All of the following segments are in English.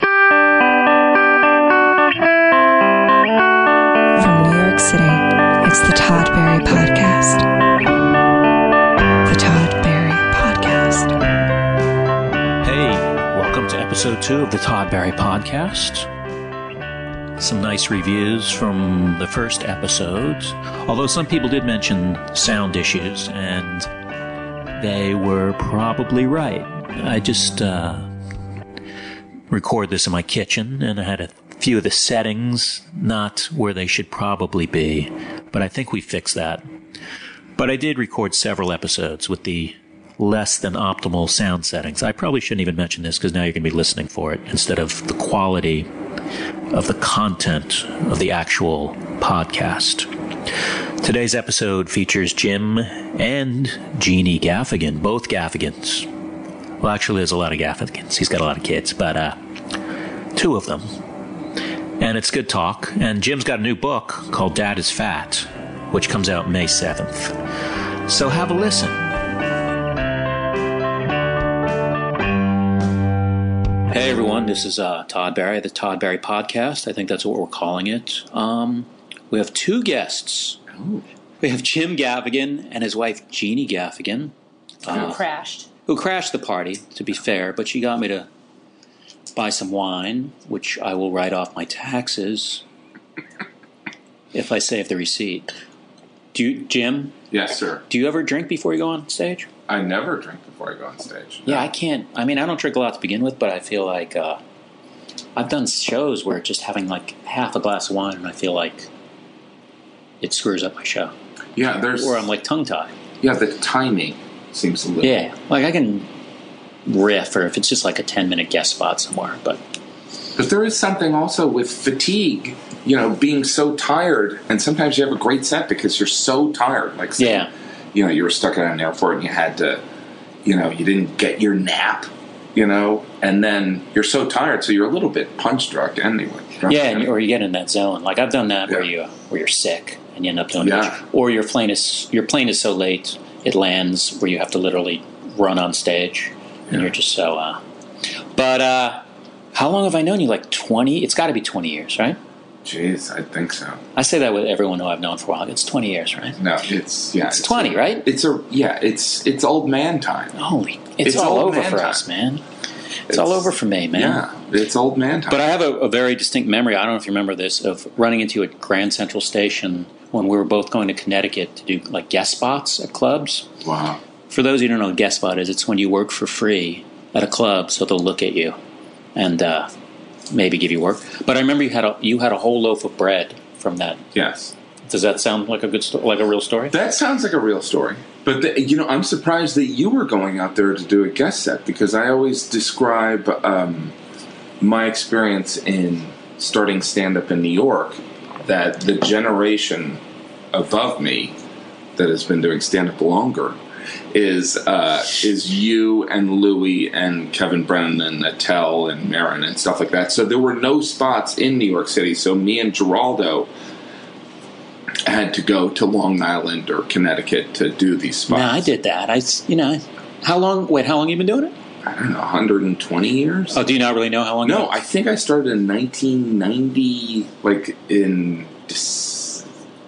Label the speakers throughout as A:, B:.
A: From New York City, it's the Todd Berry Podcast. The Todd Berry Podcast.
B: Hey, welcome to episode two of the Todd Barry Podcast. Some nice reviews from the first episode, although some people did mention sound issues, and they were probably right. I just uh, record this in my kitchen, and I had a few of the settings not where they should probably be, but I think we fixed that. But I did record several episodes with the less than optimal sound settings. I probably shouldn't even mention this because now you're going to be listening for it instead of the quality of the content of the actual podcast. Today's episode features Jim and Jeannie Gaffigan, both Gaffigans. Well, actually, there's a lot of Gaffigans. He's got a lot of kids, but uh, two of them. And it's good talk. And Jim's got a new book called Dad is Fat, which comes out May 7th. So have a listen. Hey everyone, this is uh, Todd Barry, the Todd Barry Podcast. I think that's what we're calling it. Um, we have two guests. We have Jim Gaffigan and his wife Jeannie Gaffigan,
C: who crashed.
B: who crashed the party, to be fair, but she got me to buy some wine, which I will write off my taxes if I save the receipt. Do you, Jim?
D: Yes, sir.
B: Do you ever drink before you go on stage?
D: I never drink before I go on stage.
B: Yeah, I can't. I mean, I don't drink a lot to begin with, but I feel like uh, I've done shows where just having like half a glass of wine, and I feel like it screws up my show,
D: Yeah, there's.
B: or I'm like tongue tied.
D: yeah, the timing seems a little.
B: Yeah, like I can riff, or if it's just like a ten minute guest spot somewhere. But
D: But there is something also with fatigue. You know, being so tired, and sometimes you have a great set because you're so tired. Like, say,
B: Yeah.
D: you know, you were stuck at an airport and you had to, you know, you didn't get your nap. You know, and then you're so tired, so you're a little bit punch struck anyway.
B: yeah, and, or you get in that zone. Like I've done that where you
D: Yeah.
B: where you're sick and you end up doing
D: Yeah.
B: much, or your plane is your plane is so late it lands where you have to literally run on stage and you're just so. Uh, but uh, how long have I known you? Like twenty? It's got to be twenty years, right?
D: Jeez, I think so.
B: I say that with everyone who I've known for a while. It's twenty years, right?
D: No, it's yeah,
B: It's, twenty, right?
D: It's a yeah, it's it's old man time.
B: Holy! It's,
D: It's
B: all
D: old
B: over
D: man
B: for
D: time.
B: us, man. It's, all over for me, man.
D: Yeah, it's old man time.
B: But I have a, a very distinct memory. I don't know if you remember this of running into you at Grand Central Station when we were both going to Connecticut to do like guest spots at clubs.
D: Wow.
B: For those who don't know what guest spot is, it's when you work for free at a club, so they'll look at you and uh, maybe give you work. But I remember you had a you had a whole loaf of bread from that.
D: Yes.
B: Does that sound like a good sto- like a real story?
D: That sounds like a real story. But the, you know, I'm surprised that you were going out there to do a guest set because I always describe um, my experience in starting stand up in New York that the generation above me that has been doing stand up longer is uh, is you and Louie and Kevin Brennan and Attell and Marin and stuff like that. So there were no spots in New York City. So me and Geraldo had to go to Long Island or Connecticut to do these
B: No,
D: spots.
B: I did that. I s- you know how long? Wait, how long you been doing it?
D: I don't know, 120 years.
B: Oh, do you not really know how long?
D: no, I think I started in 1990, like in dis-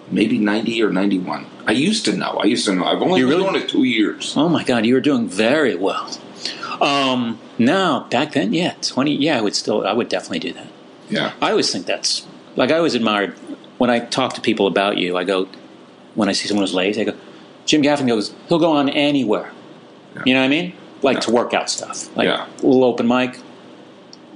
D: maybe 90 or 91. I used to know. I used to know. I've only
B: You
D: been
B: really-
D: doing it two years.
B: Oh my God, you were doing very well. Um, now back then, yeah, twenty, yeah, I would still, I would definitely do that.
D: Yeah.
B: I always think that's like I always admired when I talk to people about you. I go when I see someone who's lazy, I go, Jim Gaffin goes, he'll go on anywhere. You know what I mean? Like to work out stuff, like
D: Yeah.
B: little open mic,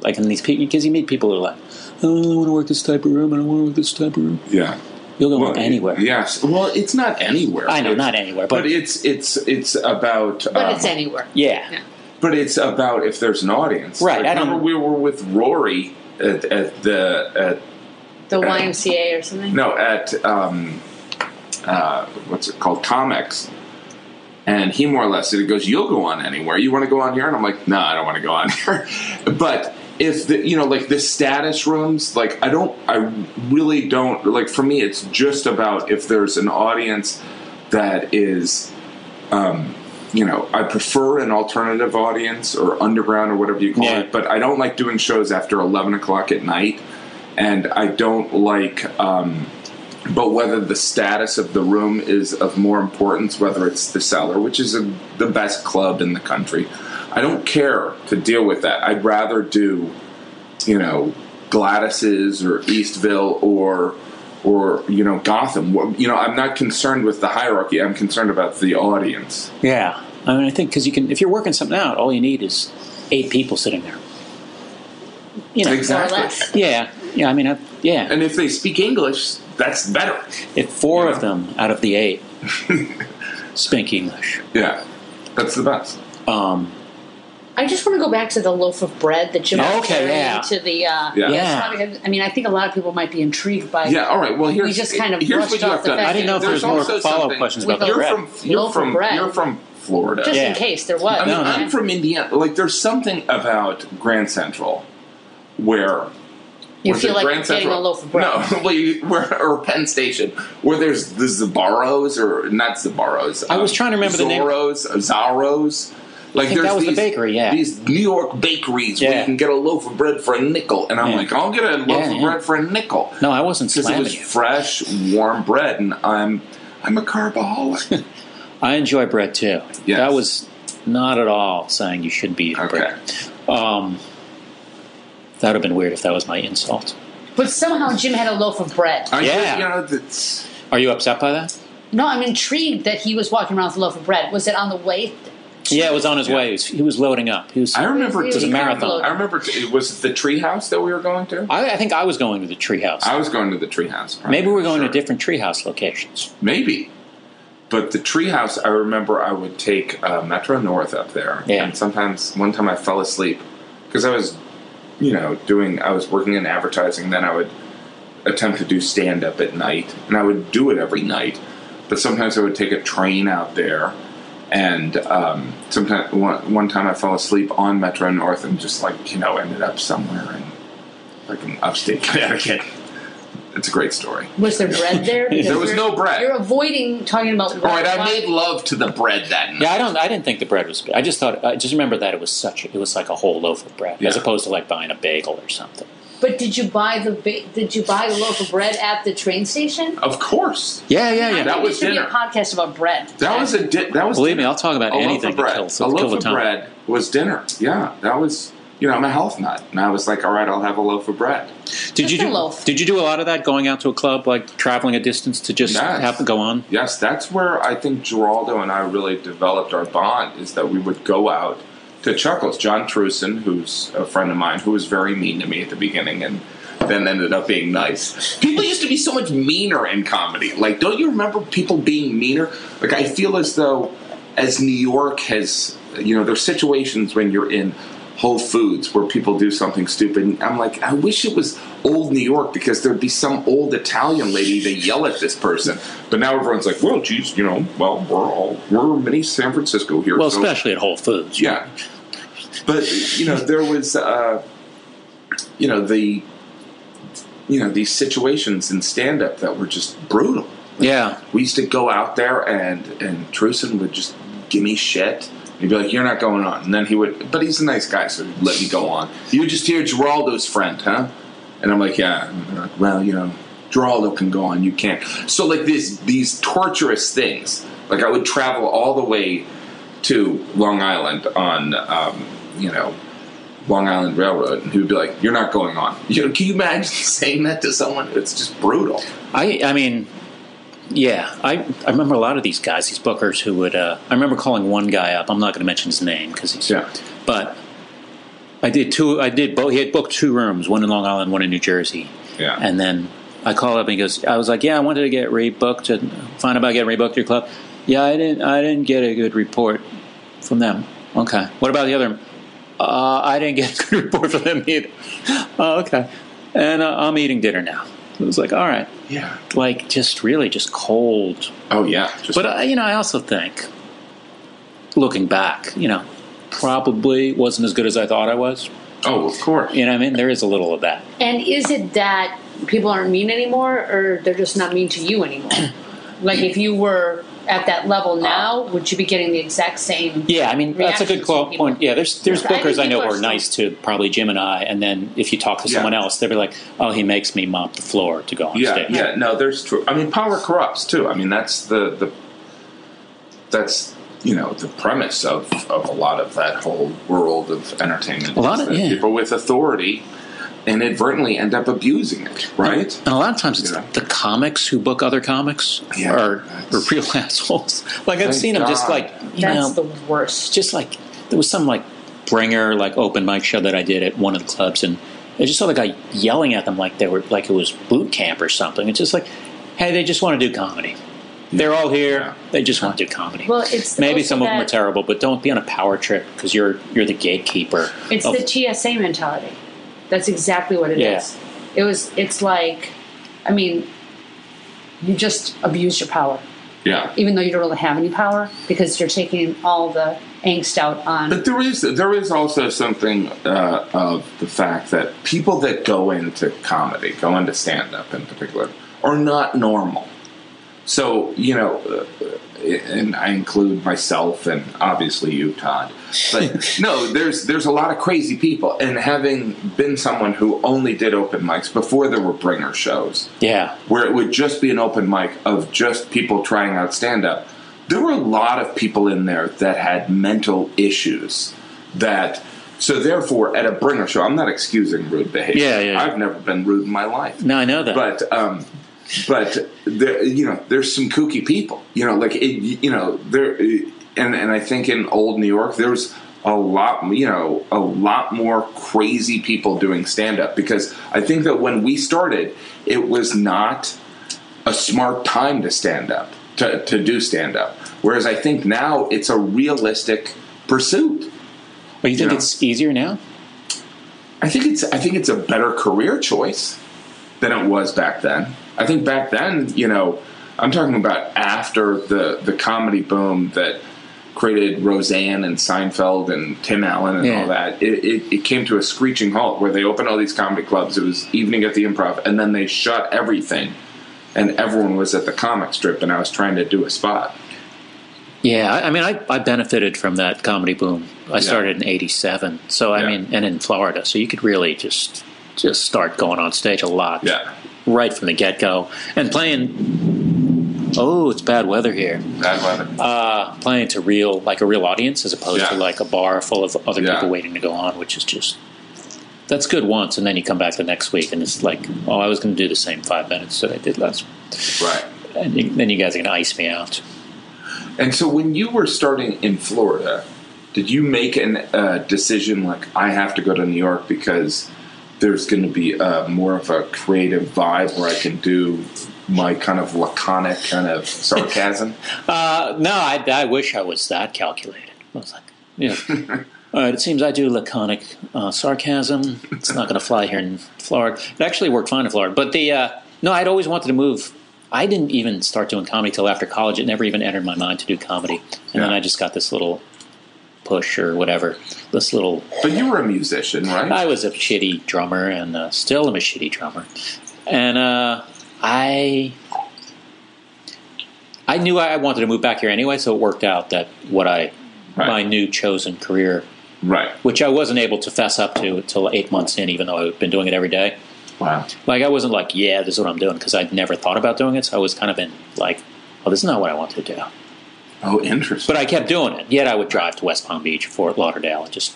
B: like in these people because you meet people who are like, "Oh, I don't really want to work this type of room. I don't want to work this type of room.
D: Yeah.
B: You'll go on anywhere.
D: Yes. Well, it's not anywhere.
B: I know,
D: It's-
B: not anywhere, but,
D: But it's it's it's about.
C: But
D: um,
C: it's anywhere.
B: yeah.
C: Yeah.
D: But it's about if there's an audience,
B: Right,
D: Like,
B: I don't-
D: remember we were with Rory at, at the at
C: The YMCA or something.
D: No, at um, uh, what's it called? Comics. And he more or less he goes, "You'll go on anywhere. You want to go on here?" And I'm like, "No, I don't want to go on here." but if the, you know, like the status rooms, like I don't, I really don't like. For me, it's just about if there's an audience that is, um, you know, I prefer an alternative audience or underground or whatever you call
B: Yeah.
D: it. But I don't like doing shows after eleven o'clock at night and I don't like. Um, but whether the status of the room is of more importance, whether it's the cellar, which is a, the best club in the country, I don't care to deal with that. I'd rather do, you know, Gladys's or Eastville or or you know Gotham. What- You know, I'm not concerned with the hierarchy. I'm concerned about the audience.
B: Yeah, I mean, I think because you can, if you're working something out, all you need is eight people sitting there. You know,
D: Exactly.
C: less.
B: Yeah, yeah. I mean, I, yeah.
D: And if they speak English, that's better.
B: if four
D: Yeah.
B: of them out of the eight speak English,
D: Yeah, that's the best.
B: um,
C: I just want to go back to the loaf of bread that Jim was
B: Okay,
C: carrying
B: yeah.
C: to the. Uh,
D: Yeah.
B: Yeah.
C: probably- I mean, I think a lot of people might be intrigued by.
D: Yeah, all right. Well, here's
C: just kind of
D: here's
C: brushed
D: what you
C: off
D: have
C: the
D: to.
C: fact I didn't
B: know if there was more
D: also
B: follow-up
D: something-
B: questions
C: about the
D: you're
C: bread.
D: From, you're
C: Loaf of
D: from
C: bread.
D: you're from Florida.
C: Just
B: Yeah.
C: in case there was.
D: I mean,
B: No, no.
D: I'm from Indiana. Like, there's something about Grand Central where
C: you
D: was
C: feel
D: it
C: like
D: Grand
C: you're getting
D: Central?
C: a loaf of bread.
D: No, well, you, where, or Penn Station, where there's the Zabaros or not Zabaros. uh,
B: I was trying to remember the name.
D: Zoros, the name. Zaros. Like
B: think
D: there's
B: that was the
D: these,
B: bakery, yeah.
D: These New York bakeries where
B: Yeah.
D: you can get a loaf of bread for a nickel, and I'm
B: Yeah.
D: like, I'll get a loaf
B: Yeah,
D: of
B: yeah.
D: bread for a nickel
B: No, I wasn't
D: because it
B: slamming
D: was
B: you.
D: fresh, warm bread, and I'm I'm a carboholic.
B: I enjoy bread too.
D: Yes.
B: That was not at all saying you shouldn't be eating
D: okay,
B: bread. Um, that would have been weird if that was my insult.
C: But somehow Jim had a loaf of bread.
D: I
B: Yeah.
D: you know that's
B: Are you upset by that?
C: No, I'm intrigued that he was walking around with a loaf of bread. Was it on the way?
B: Yeah, it was on his way. He was, he was loading up. He was.
D: I
B: I,
D: remember
C: It was
D: to-
B: a marathon.
D: I remember to- it was the treehouse that we were going to.
B: I think I was going to the treehouse.
D: I was going to the treehouse. probably,
B: Maybe we were going
D: sure.
B: to different treehouse locations.
D: Maybe, but the treehouse. I remember I would take uh, Metro North up there,
B: Yeah.
D: and sometimes one time I fell asleep because I was, you know, doing. I was working in advertising. Then I would attempt to do stand up at night, and I would do it every night. But sometimes I would take a train out there, and um, sometimes one, one time I fell asleep on Metro North and just like you know ended up somewhere in like in upstate Connecticut. It's a great story.
C: Was there bread there? Because
D: There was
C: you're-
D: no bread.
C: You're avoiding talking about bread.
D: All right, I
C: Why-
D: made love to the bread that night.
B: Yeah, I don't. I didn't think the bread was. I just thought. I just remember that it was such. It was like a whole loaf of bread, as
D: Yeah.
B: opposed to like buying a bagel or something.
C: But did you buy the ba- did you buy the loaf of bread at the train station?
D: Of course,
B: Yeah, yeah,
C: I
B: yeah.
D: That
C: think
D: was
C: there should
D: dinner.
C: Be a podcast about bread.
D: that was a di- that was
B: Believe me,
D: dinner.
B: I'll talk about
D: a loaf
B: anything
D: of
B: to
D: bread.
B: kill,
D: a
B: to
D: loaf
B: kill the
D: of
B: time.
D: bread was dinner. Yeah, that was you know I'm a health nut, and I was like, all right, I'll have a loaf of bread.
B: Did you
C: Just a
B: do?
C: loaf.
B: Did you do a lot of that? Going out to a club, like traveling a distance to just
D: Yes.
B: have go on.
D: Yes, that's where I think Geraldo and I really developed our bond is that we would go out to Chuckles. John Truson, who's a friend of mine, who was very mean to me at the beginning and then ended up being nice. People used to be so much meaner in comedy. Like, don't you remember people being meaner? Like, I feel as though as New York has, you know, there's situations when you're in Whole Foods where people do something stupid. And I'm like, I wish it was old New York because there'd be some old Italian lady to yell at this person. But now everyone's like, well, geez, you know, well, we're all, we're mini San Francisco here.
B: Well,
D: so-
B: especially at Whole Foods.
D: yeah. But you know, there was uh, you know the you know these situations in stand up that were just brutal.
B: Yeah.
D: We used to go out there and and Truson would just give me shit. He'd be like, "You're not going on," and then he would. But he's a nice guy, so he'd let me go on. You just hear Geraldo's friend, huh? And I'm like, "Yeah." And they're like, well, you know, Geraldo can go on. You can't. So like these these torturous things. Like I would travel all the way to Long Island on, um, you know, Long Island Railroad, and he would be like, "You're not going on." You know, can you imagine saying that to someone? It's just brutal.
B: I. I mean. Yeah, I, I remember a lot of these guys, these bookers who would. Uh, I remember calling one guy up. I'm not going to mention his name because he's
D: Yeah.
B: But I did two. I did both. He had booked two rooms, one in Long Island, one in New Jersey.
D: Yeah.
B: And then I called up and he goes, I was like, yeah, I wanted to get rebooked and find out about getting rebooked at your club. Yeah, I didn't. I didn't get a good report from them. Okay. What about the other? Uh, I didn't get a good report from them either. Oh, okay. And uh, I'm eating dinner now. It was like, all right,
D: Yeah.
B: like just really just cold.
D: Oh yeah. Just,
B: But I, you know, I also think, looking back, you know, probably wasn't as good as I thought I was.
D: oh, of course.
B: You know, what I mean, there is a little of that.
C: And is it that people aren't mean anymore, or they're just not mean to you anymore? like if you were at that level
D: Uh,
C: now, would you be getting the exact same?
B: Yeah, I mean that's a good
C: reactions from
B: call,
C: people?
B: point. Yeah, there's there's
C: I think
B: bookers I, know
C: people are
B: who are
C: still-
B: nice to probably Jim and I, and then if you talk to
D: Yeah.
B: someone else, they'll be like, "Oh, he makes me mop the floor to go on
D: Yeah,
B: stage."
D: yeah, no, there's true. I mean, power corrupts too. I mean, that's the the that's you know the premise of of a lot of that whole world of entertainment.
B: A lot
D: is
B: of-
D: that
B: yeah.
D: people with authority inadvertently end up abusing it, right?
B: And a lot of times it's
D: Yeah.
B: the comics who book other comics
D: Yeah,
B: are, are
D: that's-
B: real assholes. Like I've
D: Thank
B: seen them just
D: God.
B: like you know,
C: That's the worst.
B: just like there was some like bringer like open mic show that I did at one of the clubs, and I just saw the guy yelling at them like they were like it was boot camp or something. It's just like, hey, they just want to do comedy. They're all here.
D: Yeah.
B: They just want to do comedy.
C: Well, it's
B: maybe
C: also
B: some of them are
C: that-
B: terrible, but don't be on a power trip because you're you're the gatekeeper.
C: It's
B: of-
C: the TSA mentality. That's exactly what it is.
B: Yeah.
C: It was. It's like, I mean, you just abuse your power,
D: Yeah.
C: even though you don't really have any power because you're taking all the angst out on.
D: But there is there is also something uh, of the fact that people that go into comedy, go into stand up in particular, are not normal. So you know, uh, and I include myself and obviously you, Todd. But no, there's there's a lot of crazy people, and having been someone who only did open mics before there were bringer shows,
B: yeah,
D: where it would just be an open mic of just people trying out stand up, there were a lot of people in there that had mental issues that so therefore at a bringer show I'm not excusing rude behavior.
B: Yeah, yeah, yeah.
D: I've never been rude in my life.
B: no, I know that.
D: But um but there you know, there's some kooky people. You know, like it, you know, there and and I think in old New York there's a lot you know a lot more crazy people doing stand up because I think that when we started it was not a smart time to stand up to, to do stand up whereas I think now it's a realistic pursuit
B: well, you think
D: you know.
B: it's easier now?
D: I think it's I think it's a better career choice than it was back then. I think back then, you know, I'm talking about after the the comedy boom that created Roseanne and Seinfeld and Tim Allen and
B: Yeah.
D: all that. It, it, it came to a screeching halt where they opened all these comedy clubs. It was evening at the Improv, and then they shut everything, and everyone was at the comic strip, and I was trying to do a spot.
B: Yeah, I, I mean, I, I benefited from that comedy boom. I started in '87, so I
D: Yeah.
B: mean, and in Florida, so you could really just just start going on stage a lot,
D: Yeah.
B: right from the get go, and playing. Oh, it's bad weather here.
D: Bad weather.
B: Uh, playing to real, like a real audience, as opposed to
D: Yeah.
B: like a bar full of other
D: Yeah.
B: people waiting to go on, which is just that's good once, and then you come back the next week, and it's like, oh, I was going to do the same five minutes that I did last,
D: right.
B: and you, then you guys are going to ice me out.
D: And so, when you were starting in Florida, did you make an uh, decision like I have to go to New York because there's going to be uh, more of a creative vibe where I can do my kind of laconic kind of sarcasm?
B: Uh, no, I, I wish I was that calculated. I was like, yeah. All right, it seems I do laconic uh, sarcasm. It's not going to fly here in Florida. It actually worked fine in Florida. But the uh, no, I'd always wanted to move. I didn't even start doing comedy till after college. It never even entered my mind to do comedy. And then
D: Yeah.
B: I just got this little push or whatever. This little.
D: but you were a musician, right?
B: I was a shitty drummer and uh, still am a shitty drummer. And uh, I I knew I wanted to move back here anyway, so it worked out that what I
D: Right.
B: my new chosen career,
D: right.
B: which I wasn't able to fess up to until eight months in, even though I've been doing it every day.
D: Wow.
B: Like I wasn't like, yeah, this is what I'm doing because I'd never thought about doing it. So I was kind of in like, well, this is not what I want to do.
D: Oh, interesting.
B: But I kept doing it. Yet I would drive to West Palm Beach, Fort Lauderdale, and just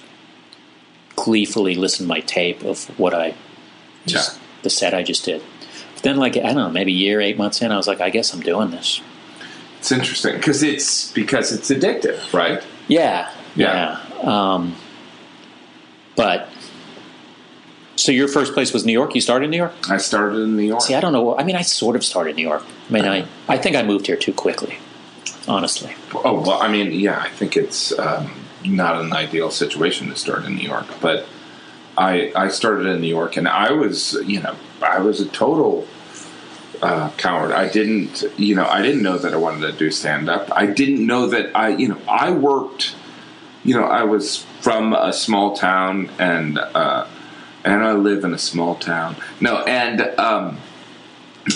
B: gleefully listen to my tape of what I just
D: Yeah.
B: the set I just did. But then, like I don't know, maybe a year, eight months in, I was like, I guess I'm doing this.
D: It's interesting because it's because it's addictive, right?
B: Yeah,
D: Yeah.
B: Um, but so your first place was New York. You started in New York.
D: I started in New York.
B: See, I don't know. I mean, I sort of started in New York. I mean, I I think I moved here too quickly. Honestly,
D: Oh well, I mean, yeah, I think it's um, not an ideal situation to start in New York, but I I started in New York, and I was you know I was a total uh, coward. I didn't you know I didn't know that I wanted to do stand up. I didn't know that I you know I worked you know I was from a small town and uh, and I live in a small town. No, and um,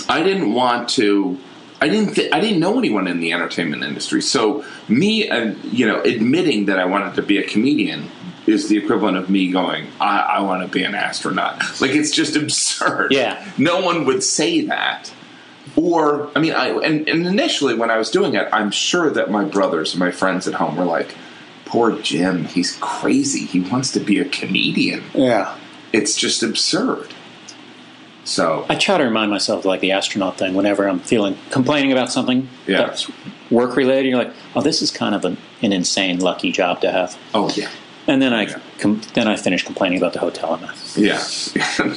D: I didn't want to. I didn't. Th- I didn't know anyone in the entertainment industry. So me, uh, you know, admitting that I wanted to be a comedian is the equivalent of me going, "I, I want to be an astronaut." Like it's just absurd.
B: Yeah.
D: no one would say that. Or I mean, I and, and initially when I was doing it, I'm sure that my brothers and my friends at home were like, "Poor Jim, he's crazy. He wants to be a comedian.
E: Yeah.
D: It's just absurd." So
B: I try to remind myself like the astronaut thing whenever I'm feeling complaining about something
D: Yeah.
B: that's work related. You're like, oh, this is kind of an, an insane lucky job to have.
D: oh yeah,
B: And then I
D: Yeah.
B: com- then I finish complaining about the hotel I'm at.
D: yeah.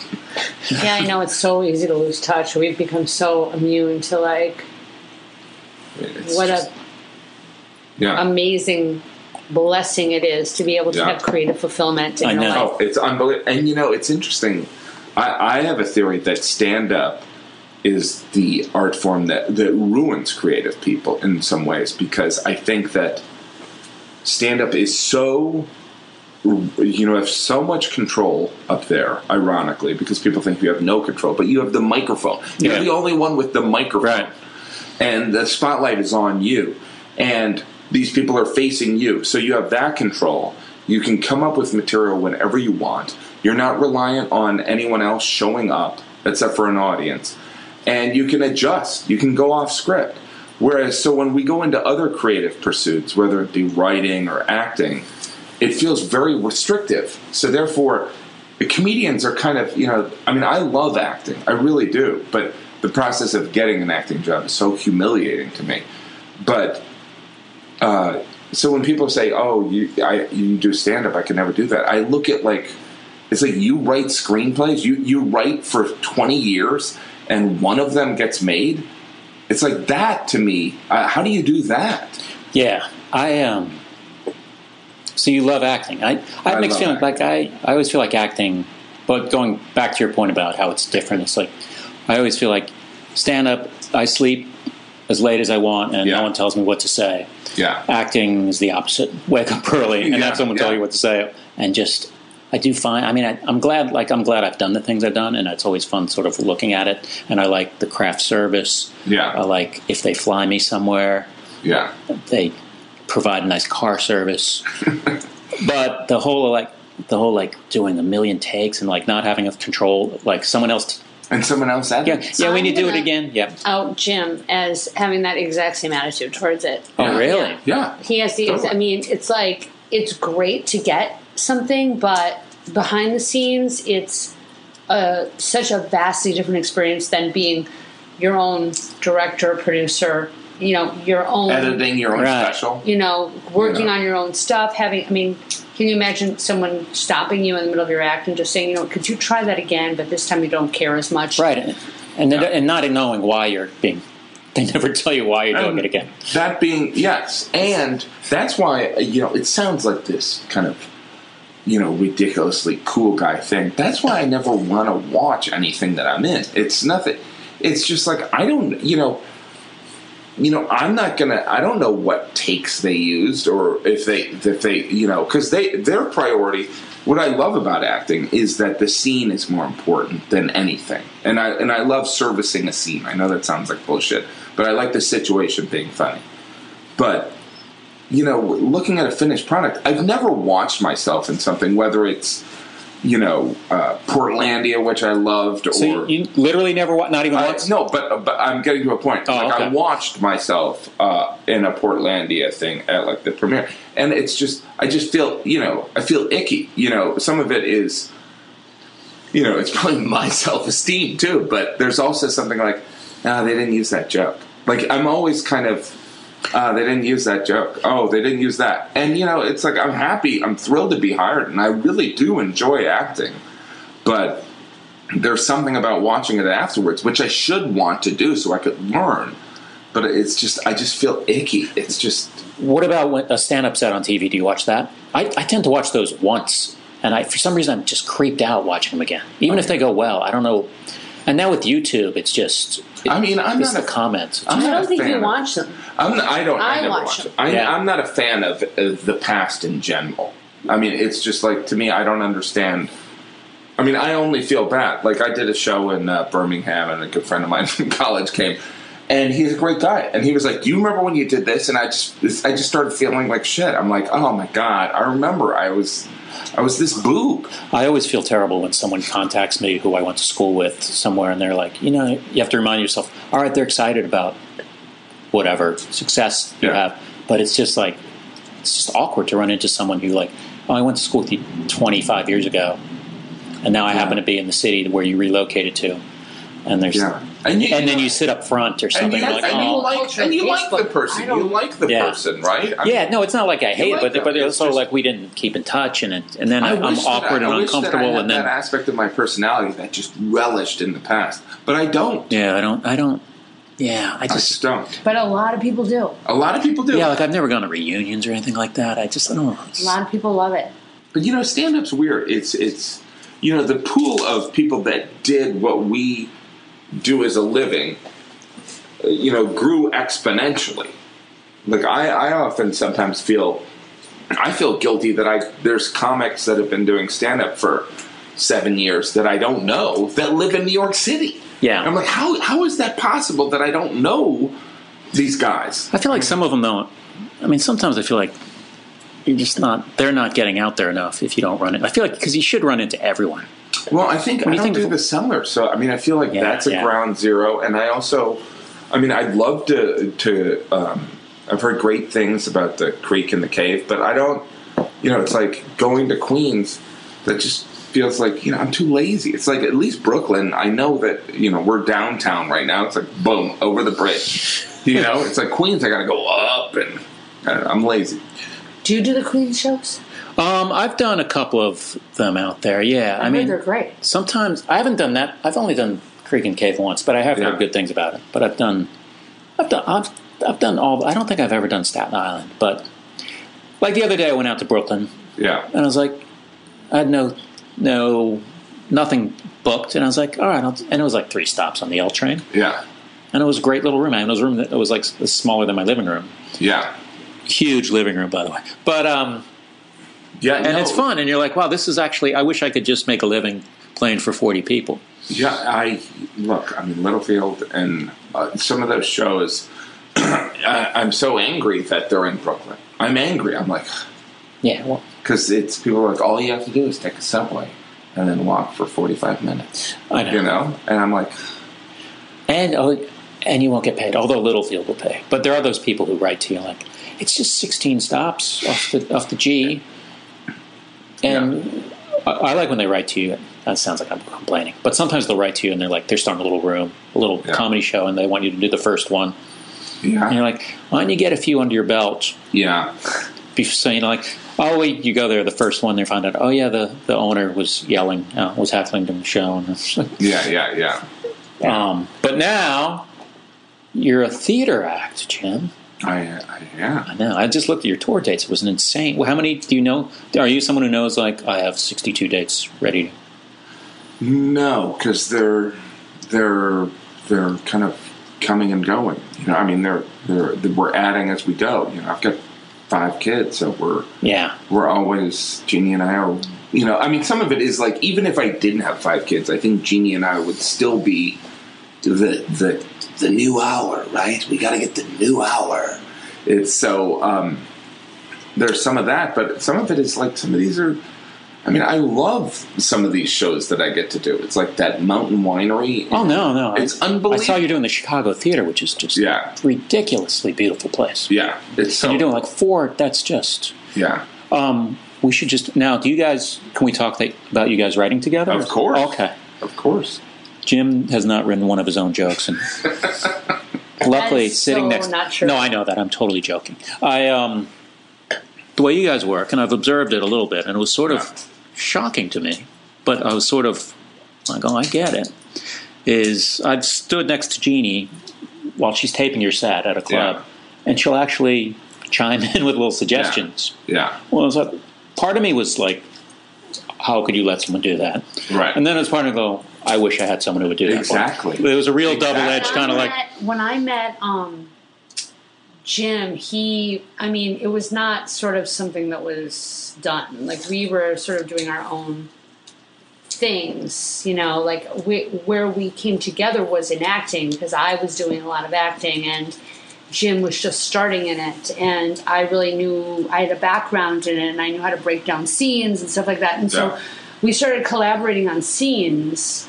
C: Yeah, I know it's so easy to lose touch. We've become so immune to like
D: It's
C: what
D: just-
C: a
D: yeah.
C: amazing blessing it is to be able to
D: Yeah.
C: have creative fulfillment in
B: I
C: your
B: know.
C: life.
D: Oh, it's unbelievable. And you know, it's interesting. I, I have a theory that stand up is the art form that, that ruins creative people in some ways because I think that stand up is so, you know, have so much control up there, ironically, because people think you have no control, but you have the microphone. You're
B: Yeah.
D: the only one with the microphone
B: Right.
D: and the spotlight is on you and these people are facing you so you have that control you can come up with material whenever you want you're not reliant on anyone else showing up except for an audience and you can adjust you can go off script whereas so when we go into other creative pursuits whether it be writing or acting it feels very restrictive so therefore the comedians are kind of you know i mean i love acting i really do but the process of getting an acting job is so humiliating to me but uh, so when people say oh you I, you do stand up i can never do that i look at like it's like you write screenplays you you write for 20 years and one of them gets made it's like that to me uh, how do you do that
B: Yeah, I um. So you love acting. I I
D: I
B: have mixed
D: love
B: feelings. Like I, I always feel like acting. But going back to your point about how it's different, it's like I always feel like stand up. I sleep as late as I want, and
D: Yeah.
B: no one tells me what to say.
D: yeah
B: Acting is the opposite. Wake up early and
D: Yeah,
B: have someone tell
D: yeah.
B: you what to say, and just. I do find. I mean, I, I'm glad. Like, I'm glad I've done the things I've done, and it's always fun, sort of looking at it. And I like the craft service.
D: Yeah.
B: I like if they fly me somewhere
D: yeah
B: they provide a nice car service. but the whole like the whole like doing a million takes and like not having a control like someone else t-
D: and someone else that
B: yeah yeah we
C: I'm
B: need to do it
C: gonna-
B: again yeah
C: Out Oh, Jim as having that exact same attitude towards it.
B: oh really
D: yeah
C: He has the. I mean, it's like it's great to get something, but behind the scenes, it's a, such a vastly different experience than being your own director, producer. You know, your own
D: editing your own
B: Right.
D: special
C: You know, working
D: Yeah.
C: on your own stuff. Having, I mean, can you imagine someone stopping you in the middle of your act and just saying, you know, could you try that again? But this time you don't care as much,
B: right and and, then- and not knowing why you're being they never tell you why you're doing
D: Um,
B: it again
D: That being yes, and that's why uh, you know it sounds like this kind of you know ridiculously cool guy thing. That's why I never want to watch anything that I'm in. It's nothing. It's just like I don't you know you know I'm not gonna I don't know what takes they used or if they if they you know because they their priority. What I love about acting is that the scene is more important than anything, and I and I love servicing a scene. I know that sounds like bullshit, but I like the situation being funny. But you know, looking at a finished product, I've never watched myself in something, whether it's you know uh, Portlandia, which I loved, or
B: so you literally never wa- not even
D: I-
B: once
D: no, but but I'm getting to a point.
B: Oh,
D: like
B: okay.
D: I watched myself uh, in a Portlandia thing at like the premiere, and it's just I just feel you know I feel icky. You know, some of it is, you know, it's probably my self esteem too. But there's also something like, ah, they didn't use that joke. Like I'm always kind of. Uh, they didn't use that joke. Oh, they didn't use that. And you know, it's like I'm happy, I'm thrilled to be hired, and I really do enjoy acting. But there's something about watching it afterwards, which I should want to do so I could learn. but it's just I just feel icky. It's just
B: What about when a stand-up set on TV? Do you watch that? I, I tend to watch those once, and I for some reason I'm just creeped out watching them again, even if they go well. I don't know. And now with YouTube, it's just.
D: I mean, I'm
B: it's
D: not
B: the
D: a-
B: comments.
C: I
D: I'm not a
C: don't think
D: fan
C: you
D: of-
C: watch them.
D: I'm not, I don't. I,
C: I
D: never
C: watch
D: watch
C: them.
D: them. I,
B: Yeah.
D: I'm not a fan of, of the past in general. I mean, it's just like to me, I don't understand. I mean, I only feel bad. Like I did a show in uh, Birmingham, and a good friend of mine from college came, and he's a great guy, and he was like, "You remember when you did this?" And I just, this- I just started feeling like shit. I'm like, "Oh my god, I remember. I was, I was this boob."
B: I always feel terrible when someone contacts me who I went to school with somewhere, and they're like, you know, you have to remind yourself, all right, they're excited about whatever success you
D: Yeah.
B: have, but it's just like it's just awkward to run into someone who like, oh, I went to school with you 25 years ago, and now I happen to be in the city where you relocated to, and there's
D: Yeah, and you,
B: and then you sit up front or
D: and
B: something
D: you,
B: you're
D: and
B: like,
D: you
B: oh.
D: like, and you like the
C: Facebook. I
D: person.
C: don't-
D: You like the
B: Yeah.
D: person, right? I mean,
B: Yeah, no, it's not like I hate
D: like
B: it, but
D: them.
B: but it's
D: It's
B: also
D: just-
B: like we didn't keep in touch, and it, and then
D: I
B: I am
D: wish that
B: awkward and
D: I, I wish that I
B: uncomfortable,
D: had
B: and then
D: that aspect of my personality that just relished in the past, but I don't.
B: yeah, I don't, I don't, yeah, I
D: I
B: just
D: just don't.
C: But a lot of people do.
D: A lot of people do.
B: Yeah, like I've never gone to reunions or anything like that. I just I don't.
C: A lot of people love it.
D: but you know, stand up's weird. It's it's you know the pool of people that did what we do as a living, uh, you know, grew exponentially. Like I, I often sometimes feel I feel guilty that I there's comics that have been doing stand up for seven years that I don't know that live in New York City.
B: Yeah.
D: I'm like, how how is that possible that I don't know these guys?
B: I feel like some of them don't. I mean, sometimes I feel like you're just not. They're not getting out there enough if you don't run it. I feel like because you should run into everyone.
D: Well, I think I
B: do you
D: don't
B: think
D: do
B: of-
D: the summer, so I mean, I feel like
B: Yeah,
D: that's a
B: yeah.
D: ground zero, and I also, I mean, I'd love to to. Um, I've heard great things about the creek and the cave, but I don't. You know, it's like going to Queens. That just feels like you know I'm too lazy. It's like at least Brooklyn. I know that you know we're downtown right now. It's like boom over the bridge. You know, it's like Queens. I got to go up, and I don't know, I'm lazy.
C: Do you do the Queen shows?
B: Um, I've done a couple of them out there. Yeah, I,
C: I, mean,
B: mean,
C: they're great.
B: sometimes I haven't done that. I've only done Creek and Cave once, but I have
D: Yeah.
B: heard good things about it. But I've done, I've done, I've, I've done all. I don't think I've ever done Staten Island, but like the other day, I went out to Brooklyn
D: Yeah,
B: and I was like, I had no, no, nothing booked, and I was like, all right, I'll, and it was like three stops on the L train,
D: yeah,
B: and it was a great little room. I had this room that was like s- smaller than my living room,
D: yeah,
B: huge living room by the way, but um,
D: yeah.
B: and
D: no,
B: it's fun, and you're like, wow, this is actually. I wish I could just make a living playing for forty people.
D: Yeah, I look. I mean, Littlefield and uh, some of those shows. I, I'm so angry that they're in Brooklyn. I'm angry. I'm like,
B: Yeah, well,
D: because it's people are like, all you have to do is take a subway and then walk for 45 minutes.
B: I know.
D: You know, and I'm like,
B: and oh, and you won't get paid. Although Littlefield will pay, but there are those people who write to you like, it's just sixteen stops off the off the G, and I, I like when they write to you. That sounds like I'm complaining, but sometimes they'll write to you and they're like, they're starting a little room, a little
D: Yeah.
B: comedy show, and they want you to do the first one, and
D: yeah,
B: you're like, why don't you get a few under your belt?
D: yeah,
B: Bef- So you know, like, oh wait, you go there the first one, they find out, oh yeah, the the owner was yelling, uh, was heckling the show, and it's like,
D: yeah, yeah, yeah.
B: um, but now you're a theater act, Jim.
D: I, I yeah.
B: I know. I just looked at your tour dates. It was an insane. Well, how many do you know? Are you someone who knows? Like, I have 62 dates ready.
D: No, because they're they're they're kind of coming and going. You know, I mean, they're they're we're adding as we go. You know, I've got five kids, so we're
B: Yeah,
D: we're always Jeannie and I are you know I mean some of it is like even if I didn't have five kids I think Jeannie and I would still be the the the new hour right we got to get the new hour it's so um there's some of that but some of it is like some of these are I mean I love some of these shows that I get to do it's like that mountain winery
B: Oh no, no,
D: It's
B: I, I saw
D: unbelievable.
B: you doing the Chicago Theater, which is just
D: Yeah.
B: ridiculously beautiful place.
D: yeah it's so
B: And you're doing like four. That's just.
D: yeah
B: Um, we should just now. Do you guys? Can we talk that, about you guys writing together?
D: Of course.
B: Okay.
D: of course
B: Jim has not written one of his own jokes, and luckily
C: That is
B: sitting
C: so
B: next.
C: not true.
B: No, I know that. I'm totally joking. I um, the way you guys work, and I've observed it a little bit, and it was sort of shocking to me, but I was sort of like, oh, I get it. Is I've stood next to Jeannie while she's taping your set at a club,
D: Yeah.
B: and she'll actually chime in with little suggestions.
D: Yeah.
B: Well, it's like, part of me was like, how could you let someone do that?
D: Right.
B: And then it's part of go, I wish I had someone who would do that. for me.
D: Exactly.
B: It was a real
D: Exactly.
B: double edged kind of
C: When I
B: like,
C: met- when I met um, Jim, he, I mean, it was not sort of something that was done. Like we were sort of doing our own things, you know. Like we, where we came together was in acting because I was doing a lot of acting and Jim was just starting in it, and I really knew I had a background in it, and I knew how to break down scenes and stuff like that. And
D: Yeah.
C: so we started collaborating on scenes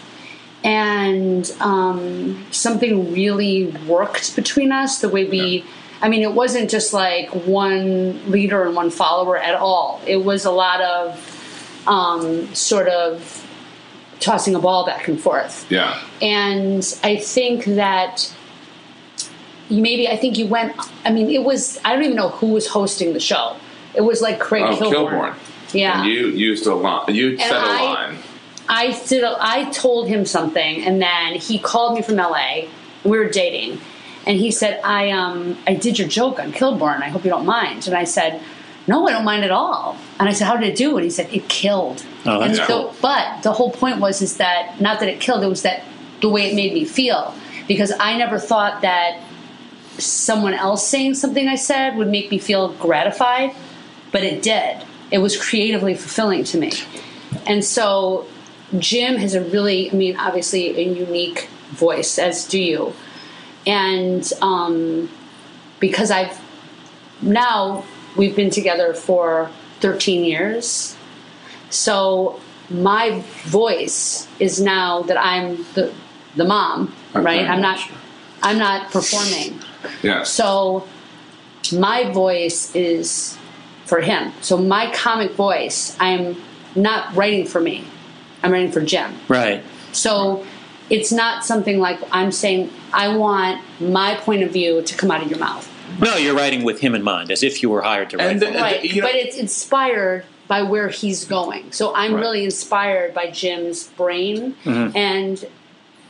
C: and um, something really worked between us the way we i mean it wasn't just like one leader and one follower at all it was a lot of um, sort of tossing a ball back and forth
D: Yeah.
C: and I think that you maybe I think you went. I mean, it was I don't even know who was hosting the show. It was like Craig
D: Oh,
C: Kilborn.
D: Kilborn.
C: Yeah,
D: And you used a line. You said a
C: I-
D: line.
C: I did. a- I told him something, and then he called me from LA. We were dating, and he said, "I um, I did your joke on Kilborn. I hope you don't mind." And I said, "No, I don't mind at all." And I said, "How did it do?" And he said, "It killed."
B: Oh, that's
C: and
D: Yeah.
C: so, but the whole point was is that not that it killed. It was that the way it made me feel because I never thought that someone else saying something I said would make me feel gratified, but it did. It was creatively fulfilling to me. And so Jim has a really, I mean, obviously a unique voice, as do you. And um, because I've now, we've been together for 13 years. So my voice is now that I'm the, the mom,
D: Okay,
C: right? I'm not,
D: gotcha.
C: I'm not performing.
D: Yeah.
C: So my voice is for him. So my comic voice, I'm not writing for me. I'm writing for Jim.
B: right.
C: So it's not something like I'm saying I want my point of view to come out of your mouth.
B: No, you're writing with him in mind, as if you were hired to write.
D: And
B: for
D: the- uh,
B: him.
C: Right.
D: you know-
C: but it's inspired by where he's going. So I'm
D: Right. Mm-hmm.
C: really inspired by Jim's brain and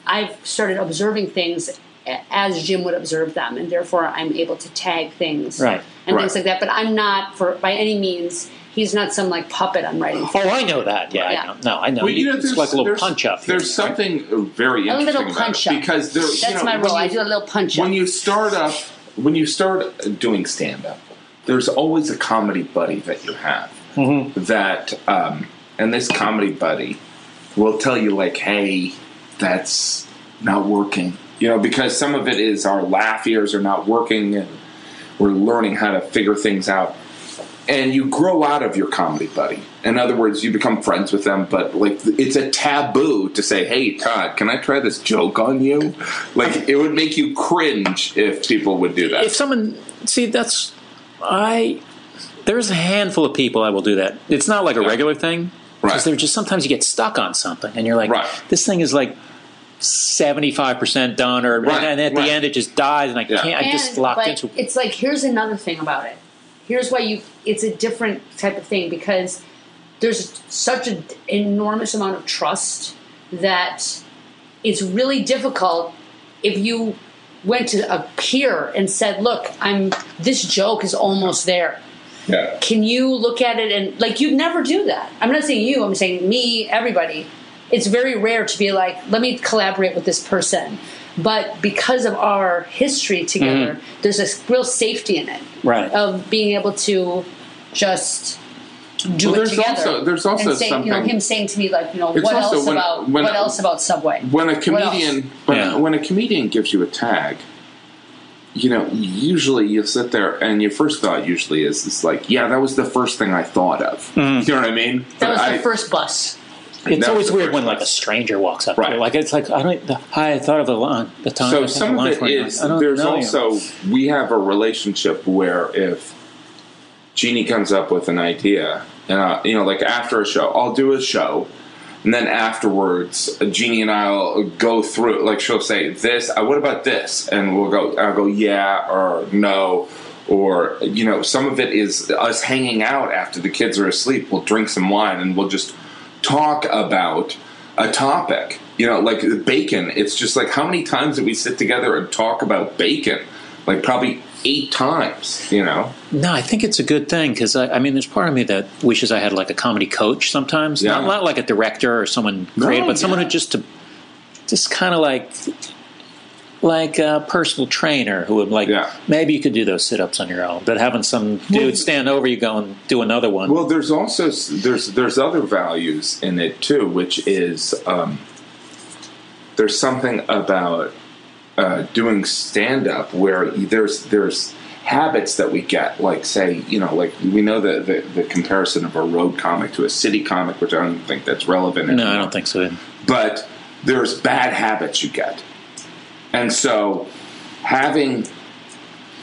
C: I've started observing things a- as Jim would observe them, and therefore I'm able to tag things
B: Right.
C: and
D: Right.
C: things like that. But I'm not, for by any means, he's not some like puppet I'm writing. For.
B: oh, I know that. Yeah,
C: Yeah.
B: I know. No, I know.
D: Well, you know,
B: it's
D: there's,
B: like a little
D: there's-
B: punch up. here.
D: There's something very
C: A
D: interesting
C: little
D: about
C: punch
D: it
C: up.
D: because there,
C: That's
D: you know,
C: my
D: when
C: role. I
D: you-
C: do a little punch up.
D: When you start up, when you start doing stand up, there's always a comedy buddy that you have that, um, and this comedy buddy will tell you like, "Hey, that's not working," you know, because some of it is our laugh ears are not working, and we're learning how to figure things out and you grow out of your comedy buddy. In other words, you become friends with them, but like it's a taboo to say, "Hey, Todd, can I try this joke on you?" Like it would make you cringe if people would do
B: if
D: that.
B: someone see that's I there's a handful of people I will do that. It's not like a regular thing
D: Right.
B: because they're just sometimes you get stuck on something and you're like,
D: Right.
B: this thing is like seventy five percent done, or
D: Right,
B: and, at
D: right.
B: the end it just dies, and I
D: Yeah.
B: can't. I just
C: And,
B: locked
C: but
B: into.
C: It's like here's another thing about it. Here's why you. It's a different type of thing because there's such an enormous amount of trust that it's really difficult if you went to a peer and said, "Look, I'm this joke is almost there."
D: Yeah.
C: can you look at it and like you'd never do that i'm not saying you i'm saying me everybody it's very rare to be like let me collaborate with this person but because of our history together there's a real safety in it
B: Right.
C: of being able to just do
D: Well,
C: it
D: there's
C: together
D: also- there's also
C: and saying, you know
D: something-
C: him saying to me like you know
D: It's
C: what
D: also
C: else
D: when-
C: about
D: when-
C: what else about subway
D: When a
C: What else?
D: comedian, when,
B: Yeah.
D: when a comedian gives you a tag, you know, usually you sit there and your first thought usually is, is like, "Yeah, that was the first thing I thought of." You know what I mean?
C: that was
D: I,
C: the first bus
B: It's
D: that was
B: always
D: the
B: weird
D: first
B: when like
D: one.
B: a stranger walks up.
D: Right.
B: Right. Like it's like I don't. The, hi, I thought of the line. The time. I
D: So
B: thought
D: some
B: the
D: of
B: line
D: it
B: for you.
D: is
B: I don't
D: there's
B: know you.
D: also we have a relationship where if Jeannie comes up with an idea, and I, you know, like after a show, I'll do a show, and then afterwards, Jeannie and I'll go through. Like she'll say this, uh, what about this, and we'll go. I'll go yeah or no. Or you know, some of it is us hanging out after the kids are asleep. We'll drink some wine and we'll just talk about a topic. You know, like bacon. It's just like how many times did we sit together and talk about bacon? Like probably eight times. You know.
B: No, I think it's a good thing because I, I mean, there's part of me that wishes I had like a comedy coach sometimes,
D: Yeah.
B: not, not like a director or someone
D: No,
B: great, but someone
D: yeah.
B: who just to, just kind of like like a personal trainer who would like
D: Yeah.
B: maybe you could do those sit ups on your own, but having some dude stand over you go and do another one.
D: Well, there's also there's there's other values in it too, which is um, there's something about uh, doing stand up where there's there's habits that we get, like say you know like we know the, the the comparison of a road comic to a city comic, which I don't think that's relevant.
B: no, I don't think so.
D: but there's bad habits you get, and so having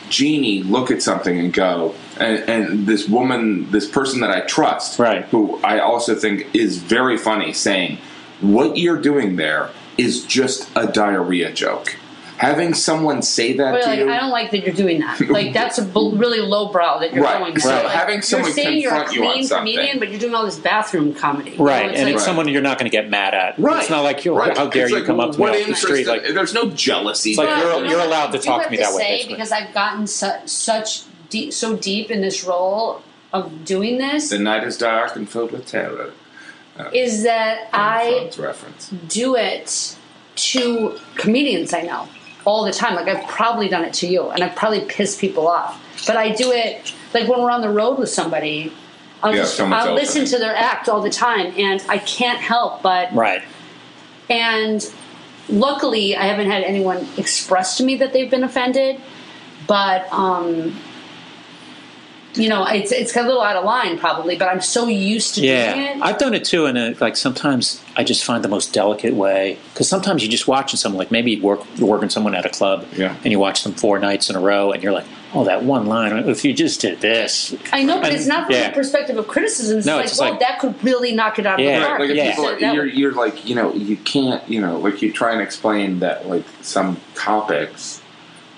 D: Jeannie look at something and go, and, and this woman, this person that I trust,
B: Right.
D: who I also think is very funny, saying, What you're doing there is just a diarrhea joke. Having someone say that
C: But
D: to
C: like,
D: you.
C: I don't like that you're doing that. Like, that's a bl- really lowbrow that you're
D: Right,
C: going.
D: right.
C: So, like,
D: Having someone
C: you're saying you're a
D: confront you on
C: clean
D: something.
C: comedian, but you're doing all this bathroom comedy. You know,
B: Right,
C: it's
B: and
C: like-
B: it's someone you're not going to get mad at.
D: Right.
B: It's not like you.
D: right.
B: How dare
D: It's
B: you
D: like,
B: come up to me
D: what
B: off the
D: interest
B: street?
D: is-
B: Like
D: there's no jealousy.
B: It's like
D: there.
C: But
B: you're-
C: "Oh, you know
B: you're
C: what?
B: allowed to
C: You
B: talk to
C: have
B: me that way,
C: say,
B: basically.
C: because I've gotten su- such deep, so deep in this role of doing this
D: the night is dark and filled with terror.
C: is that I
D: Franz reference.
C: do it to comedians I know all the time. Like I've probably done it to you, and I've probably pissed people off. But I do it like when we're on the road with somebody. I'll,
D: Yeah,
C: just,
D: someone's
C: I'll listen
D: opening.
C: to their act all the time, and I can't help but
B: right.
C: and luckily, I haven't had anyone express to me that they've been offended. But um, you know, it's it's a little out of line probably. But I'm so used to
B: Yeah,
C: doing it.
B: I've done it too, and it, like sometimes I just find the most delicate way because sometimes you're just watching someone, like maybe you work you're working someone at a club,
D: Yeah.
B: and you watch them four nights in a row, and you're like, oh, that one line. If you just did this,
C: I know, but
B: And-
C: it's not from
B: yeah.
C: the perspective of criticism. It's
B: No,
C: like,
B: it's just
C: well,
B: like-
C: that could really knock it out
B: Yeah.
C: of the
D: Right,
C: park.
D: like if
B: Yeah.
D: people,
C: So that
D: you're,
C: would-
D: you're like, you know, you can't, you know, like you try and explain that, like some topics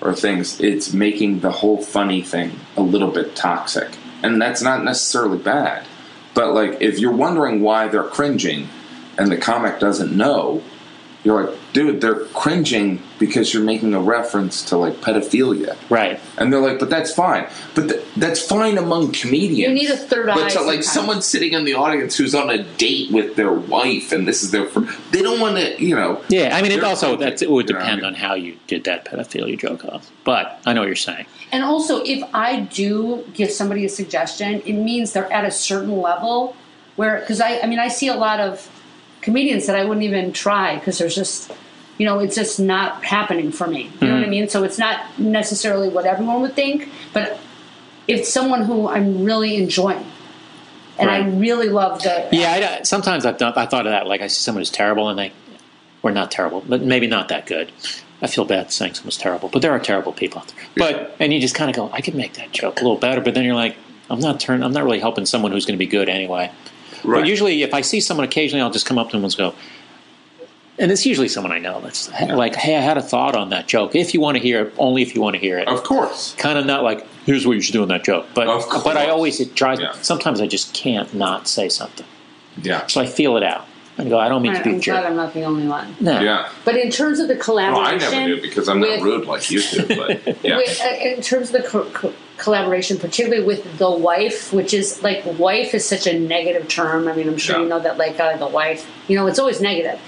D: or things, it's making the whole funny thing a little bit toxic, and that's not necessarily bad. But like, if you're wondering why they're cringing, and the comic doesn't know, you're like, dude, they're cringing because you're making a reference to like pedophilia.
B: right?
D: And they're like, but that's fine. But th- that's fine among comedians.
C: You need a third eye
D: But to, like
C: sometimes.
D: someone sitting in the audience who's on a date with their wife and this is their fir- they don't want to, you know.
B: Yeah, I mean, it
D: They're
B: also
D: cringing,
B: that's, it would
D: you know,
B: depend
D: I
B: on
D: mean-
B: how you did that pedophilia joke off, but I know what you're saying.
C: And also, if I do give somebody a suggestion, it means they're at a certain level where, because I, I mean, I see a lot of comedians that I wouldn't even try because there's just, you know, it's just not happening for me. You know
B: Hmm.
C: what I mean? So it's not necessarily what everyone would think, but it's someone who I'm really enjoying. And I
D: Right.
C: really love the.
B: Yeah, I, I- sometimes I've done, I thought of that. Like I see someone who's terrible, and they or not terrible, but maybe not that good. I feel bad saying someone's terrible, but there are terrible people out there. But and you just kind of go, I could make that joke a little better, but then you're like, I'm not turn, I'm not really helping someone who's going to be good anyway.
D: Right.
B: But usually, if I see someone occasionally, I'll just come up to them and go. And it's usually someone I know that's like, "Hey, I had a thought on that joke. If you want to hear it, only if you want to hear it."
D: Of course.
B: kind of not like here's what you should do in that joke but
D: Of course.
B: but i always it tries
D: Yeah.
B: sometimes i just can't not say something
D: Yeah.
B: so i feel it out and go i don't mean
C: I'm
B: to be a
C: glad
B: jerk
C: I'm not the only one.
B: no
D: Yeah.
C: But in terms of the collaboration.
D: Well, I never do because I'm
C: with-
D: not rude like you do, but yeah.
C: with, uh, in terms of the co- co- collaboration, particularly with the wife, which is like wife is such a negative term. I mean, I'm sure
D: Yeah.
C: you know that, like uh, the wife, you know, it's always negative.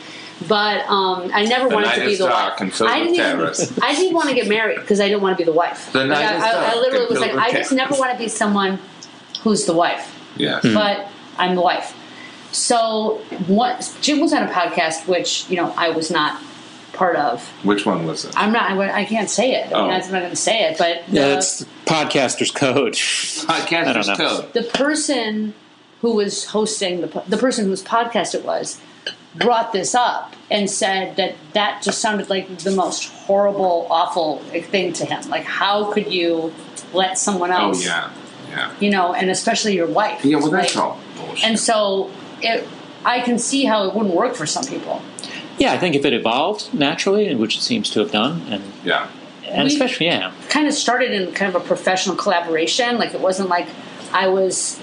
C: But um, I never
D: The
C: wanted
D: night
C: to be
D: is
C: the
D: dark and
C: wife.
D: filled
C: I
D: with
C: didn't,
D: terrorists.
C: even, I didn't want to get married because I didn't want to be the wife.
D: The
C: Like,
D: night
C: I,
D: is
C: I-
D: dark
C: I literally
D: and
C: was like,
D: filled with
C: I just never
D: terrorists.
C: want to be someone who's the wife
D: yeah.
C: but I'm the wife. So what, Jim was on a podcast, which you know I was not part of.
D: Which one was it?
C: I'm not. I, I can't say it.
D: Oh.
C: I'm not going to say it. But the,
B: yeah that's podcaster's code I don't know.
D: Podcaster's Code.
C: the person who was hosting the po- the person whose podcast it was brought this up and said that that just sounded like the most horrible, awful thing to him. Like, how could you let someone
D: Oh
C: else?
D: yeah. Yeah.
C: You know, and especially your wife.
D: Yeah, well that's
C: Like,
D: all bullshit.
C: And so it, I can see how it wouldn't work for some people.
B: yeah i think if it evolved naturally which it seems to have done and
D: yeah.
B: and
C: We-
B: especially yeah
C: kind of started in kind of a professional collaboration. Like it wasn't like I was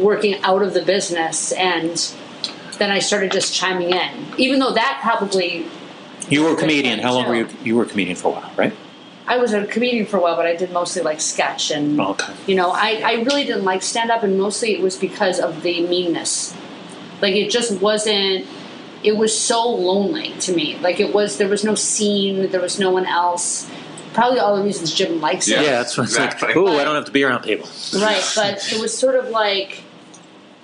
C: working out of the business and then I started just chiming in, even though that probably
B: You were a comedian. How long were you? You were a comedian for a while, right?
C: I was a comedian for a while, but I did mostly like sketch and
B: Okay.
C: you know I, I really didn't like stand up, and mostly it was because of the meanness. Like it just wasn't. It was so lonely to me. Like it was. There was no scene. There was no one else. Probably all the reasons Jim likes
D: Yeah.
C: it.
B: Yeah, that's what it's
D: Exactly.
B: like. Ooh, I don't have to be around people.
C: Right, but it was sort of like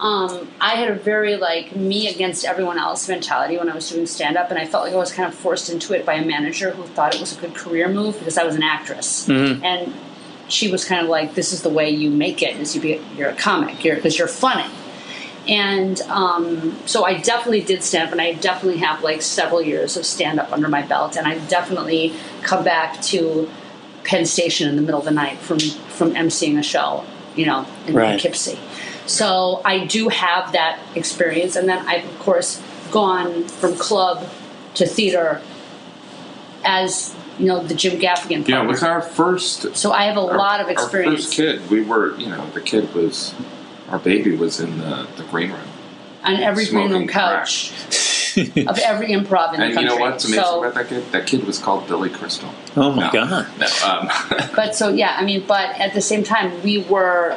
C: um, I had a very like me against everyone else mentality when I was doing stand up, and I felt like I was kind of forced into it by a manager who thought it was a good career move because I was an actress, and she was kind of like, "This is the way you make it is you be you're a comic, you're because you're funny." And um, so I definitely did stand up, and I definitely have like several years of stand up under my belt, and I definitely come back to Penn Station in the middle of the night from from emceeing a show, you know, in
B: Right.
C: Poughkeepsie. So I do have that experience, and then I've of course gone from club to theater as you know the Jim Gaffigan.
D: Yeah,
C: partner.
D: it was our first
C: so I have a
D: our-
C: lot of
D: Our
C: experience.
D: first kid, we were, you know, the kid was, our baby was in the, the green room.
C: on every green room
D: Smoking crack.
C: couch of every improv in
D: And
C: the country.
D: you know what's amazing
C: so,
D: about that kid? That kid was called Billy Crystal.
B: Oh my
D: No.
B: god.
D: No, um,
C: but so yeah, I mean, but at the same time, we were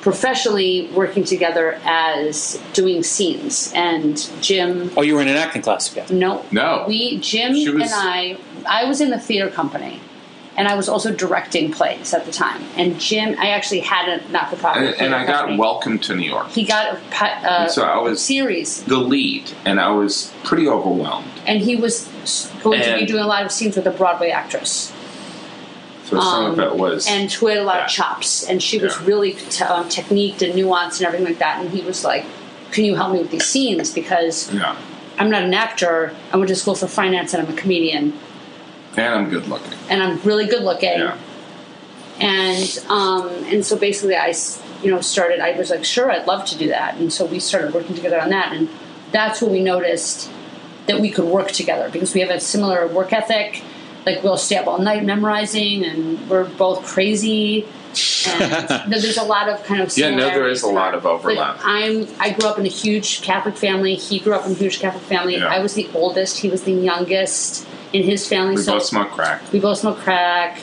C: professionally working together as doing scenes, and Jim.
B: Oh, you were in an acting class together.
C: No,
D: No.
C: We Jim
D: She was-
C: and I. I was in the theater company. And I was also directing plays at the time. And Jim, I actually had a not-for-profit.
D: and, and I
C: theater
D: got
C: company.
D: Welcome to New York,
C: He got a, pi- uh,
D: so I was-
C: series,
D: the lead, and I was pretty overwhelmed.
C: and he was s- going to be
D: And-
C: doing a lot of scenes with a Broadway actress.
D: So some of it was.
C: Um, and who had a lot
D: Yeah.
C: of chops, and she was
D: Yeah.
C: really t- um, techniqued and nuanced and everything like that. And he was like, "Can you help me with these scenes? Because
D: yeah.
C: I'm not an actor. I went to school for finance, and I'm a comedian,
D: And I'm good looking.
C: and I'm really good looking."
D: Yeah.
C: And um, and so basically, I s- you know started. I was like, "Sure, I'd love to do that." And so we started working together on that, and that's when we noticed that we could work together because we have a similar work ethic. Like we'll stay up all night memorizing, and we're both crazy. And th- there's a lot of kind of
D: Yeah, no, there
C: similarities
D: is a
C: in
D: lot
C: our-
D: of overlap.
C: Like I'm I grew up in a huge Catholic family. He grew up in a huge Catholic family.
D: Yeah.
C: I was the oldest. He was the youngest in his family.
D: We
C: so
D: both smoked crack.
C: we both smoked crack.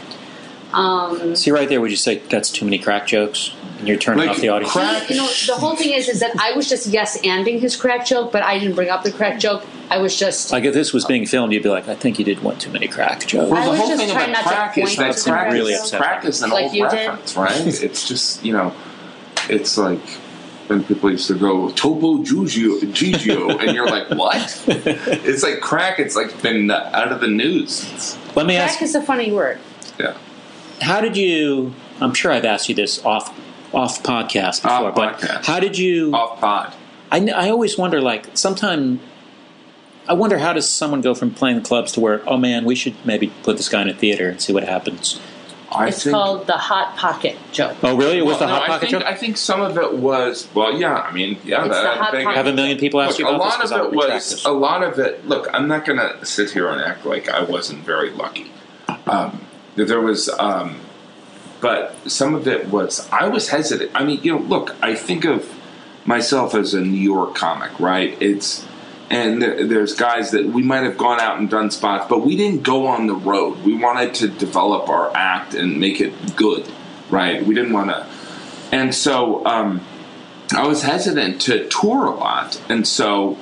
C: Um, Mm-hmm.
B: See right there, would you say that's too many crack jokes, and you're turning
D: Like,
B: off the audience?
D: crack-
C: You know, the whole thing is, is that I was just yes anding his crack joke, but I didn't bring up the crack joke. I was just
B: Like if this was being filmed, you'd be like, I think you did one too many crack jokes.
D: Well,
C: I
D: the
C: was
D: whole
C: just
D: thing
C: trying
D: about
C: not to
D: crack is
C: point
D: that
C: to
D: crack,
C: the
B: really
D: is,
B: upset
D: crack
B: about
D: is an
C: Like
D: old
C: you did.
D: reference, right? it's just, you know, it's like when people used to go, Topo Gigio, Gigio and you're like, what? it's like crack, it's like been out of the news. It's-
B: Let me
C: crack
B: ask,
C: is a funny word.
D: yeah.
B: how did you? I'm sure I've asked you this off off podcast before,
D: Off
B: but
D: podcast.
B: how did you?
D: Off pod.
B: I, kn- I always wonder, like, sometime I wonder how does someone go from playing clubs to where, oh man, we should maybe put this guy in a theater and see what happens.
D: I
C: It's
D: think,
C: called the hot pocket joke.
B: Oh, really? It was the
D: Well,
B: hot
D: no,
B: pocket
D: I think,
B: joke?
D: I think some of it was, well, yeah, I mean, yeah.
C: It's
D: that-
C: the
D: I
C: hot
D: think-
C: pocket.
B: Have a million people ask
D: Look,
B: you
D: a
B: about this
D: lot
B: because
D: of
B: I
D: it
B: would retract
D: was
B: this.
D: a lot of it. Look, I'm not going to sit here and act like I wasn't very lucky. Um, there was, um, but some of it was I was hesitant. I mean, you know, look, I think of myself as a New York comic, right? It's and there- there's guys that we might have gone out and done spots, but we didn't go on the road. We wanted to develop our act and make it good, right? We didn't want to, and so. Um, I was hesitant to tour a lot, and so,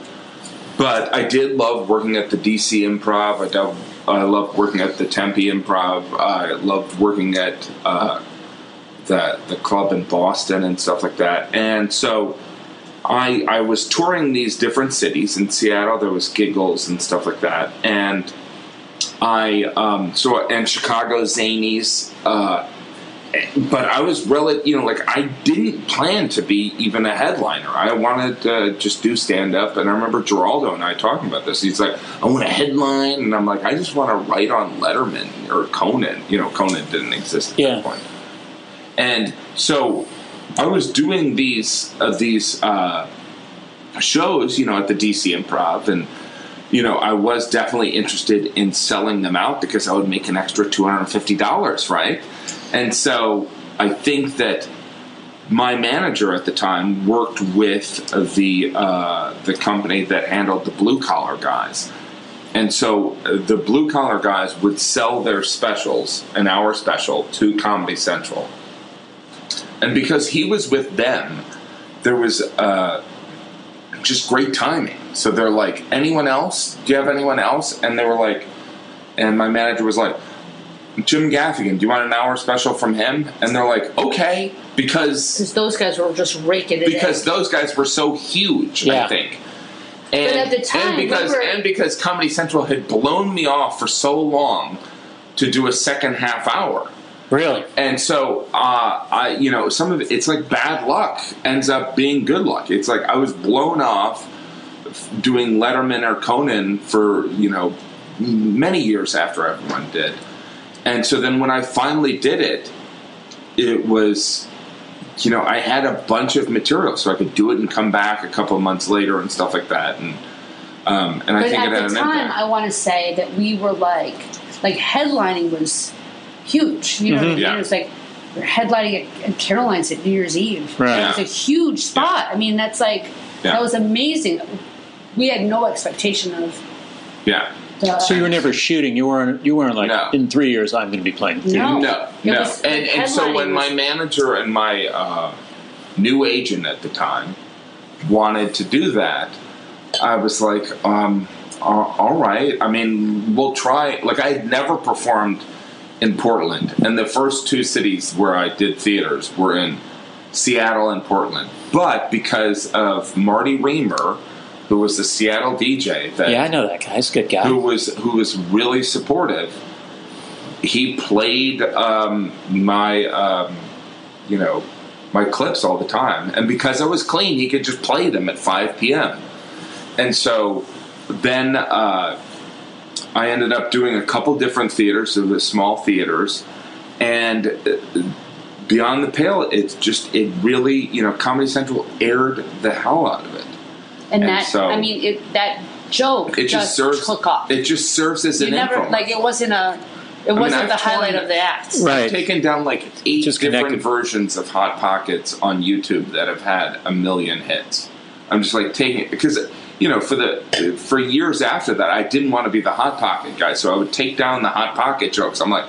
D: but I did love working at the DC Improv. I dove, I loved working at the Tempe Improv. I loved working at uh, the the club in Boston and stuff like that. And so, I I was touring these different cities in Seattle. There was giggles and stuff like that, and I um, so and Chicago Zanies. Uh, but I was really, you know, like I didn't plan to be even a headliner. I wanted to just do stand up. And I remember Geraldo and I talking about this. He's like, I want a headline. And I'm like, I just want to write on Letterman or Conan. You know, Conan didn't exist at
B: Yeah.
D: that point. And so I was doing these, uh, these, uh, shows, you know, at the DC Improv, and you know, I was definitely interested in selling them out because I would make an extra two hundred and fifty dollars, right? And so I think that my manager at the time worked with the uh, the company that handled the blue collar guys, and so uh, the blue collar guys would sell their specials, an hour special, to Comedy Central, and because he was with them, there was uh, just great timing. So they're like, anyone else? Do you have anyone else? And they were like, and my manager was like, Jim Gaffigan, do you want an hour special from him? And they're like, okay, because
C: Because those guys were just raking it
D: because
C: in.
D: those guys were so huge, I
B: Yeah.
D: think.
C: But
D: And,
C: at the time,
D: and because
C: remember-
D: and because Comedy Central had blown me off for so long to do a second half hour,
B: Really?
D: and so uh, I, you know, some of it, it's like bad luck ends up being good luck. It's like I was blown off doing Letterman or Conan for you know many years after everyone did, and so then when I finally did it, it was you know I had a bunch of material, so I could do it and come back a couple of months later and stuff like that, and um, and I
C: But
D: think it had
C: at
D: an
C: the time,
D: impact.
C: I want to say that we were like, like headlining was huge. You know what I mean?
D: Mm-hmm. Yeah.
C: It was like we're headlining at, at Caroline's at New Year's Eve.
B: Right.
C: It was a huge spot. I mean, that's like
D: Yeah.
C: that was amazing. We had no expectation of.
D: yeah,
C: The,
B: So you were never shooting. You weren't. You weren't like
D: No.
B: in three years. I'm going to be playing. theater."
C: No.
D: No,
C: It
D: no.
C: was-
D: and and so when
C: headlining
D: my
C: was-
D: manager and my uh, new agent at the time wanted to do that, I was like, um, all all right. I mean, we'll try. Like, I had never performed in Portland, and the first two cities where I did theaters were in Seattle and Portland. But because of Marty Reamer, who was the Seattle DJ that
B: Yeah, I know that guy. He's a good guy.
D: who was who was really supportive. He played um, my um, you know my clips all the time, and because I was clean, he could just play them at five p.m. And so then uh, I ended up doing a couple different theaters, so the small theaters, and uh, beyond the pale, it's just it really you know Comedy Central aired the hell out of it.
C: and,
D: and
C: that
D: so-
C: I mean, it, that joke
D: It just, serves
C: took off.
D: it just serves as
C: you
D: an
C: never
D: influence.
C: like it wasn't a. It wasn't
D: I've
C: the highlight
D: torn-
C: of the act.
D: I've taken down like eight
B: Just
D: different
B: connected.
D: versions of Hot Pockets on YouTube that have had a million hits. I'm just like taking it because you know for the for years after that I didn't want to be the Hot Pocket guy, so I would take down the Hot Pocket jokes. I'm like,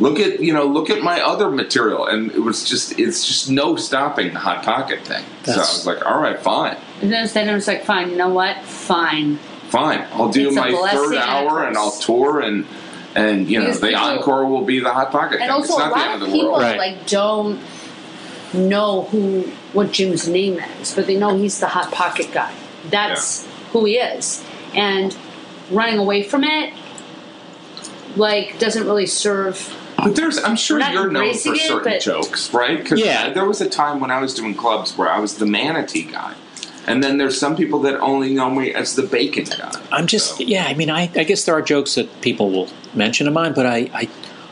D: look at you know look at my other material, and it was just it's just no stopping the Hot Pocket thing. so I
B: That's-
D: was like, all right, fine.
C: And then, then it was like, fine, you know what? Fine.
D: fine. I'll do
C: It's a
D: my third
C: blessing and a
D: hour
C: curse.
D: and I'll tour and and you know
C: Because
D: the
C: people-
D: encore will be the hot pocket. thing.
C: And also,
D: it's
C: a
D: not the
C: lot
D: end
C: of
D: the
C: people
D: world.
B: Right.
C: like don't know who what Jim's name is, but they know he's the hot pocket guy. That's who he is, and running away from it like doesn't really serve.
D: But there's, I'm sure
C: Not
D: you're known
C: embracing
D: for
C: it,
D: certain
C: but-
D: jokes, right? Because
B: Yeah.
D: there was a time when I was doing clubs where I was the manatee guy, and then there's some people that only know me as the bacon guy.
B: I'm just.
D: So-
B: Yeah. I mean, I, I guess there are jokes that people will mention of mine, but I, I,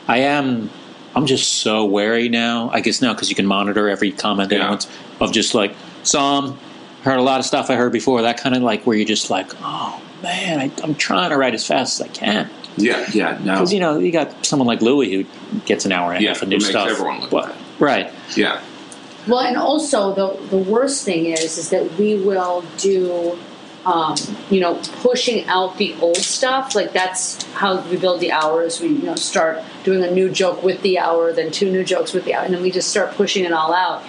B: I am. I'm just so wary now. I guess now because you can monitor every comment
D: Yeah.
B: anyone's of just like some heard a lot of stuff I heard before. That kind of like where you're just like, oh man, I, I'm trying to write as fast as I can.
D: yeah, yeah, no,
B: Because you know you got someone like Louis who gets an hour and a
D: Yeah,
B: half of
D: who
B: new
D: makes
B: stuff.
D: everyone look
B: Well,
D: bad.
B: right?
D: yeah,
C: Well, and also the the worst thing is is that we will do. Um, you know, pushing out the old stuff like that's how we build the hours. We you know start doing a new joke with the hour, then two new jokes with the hour, and then we just start pushing it all out.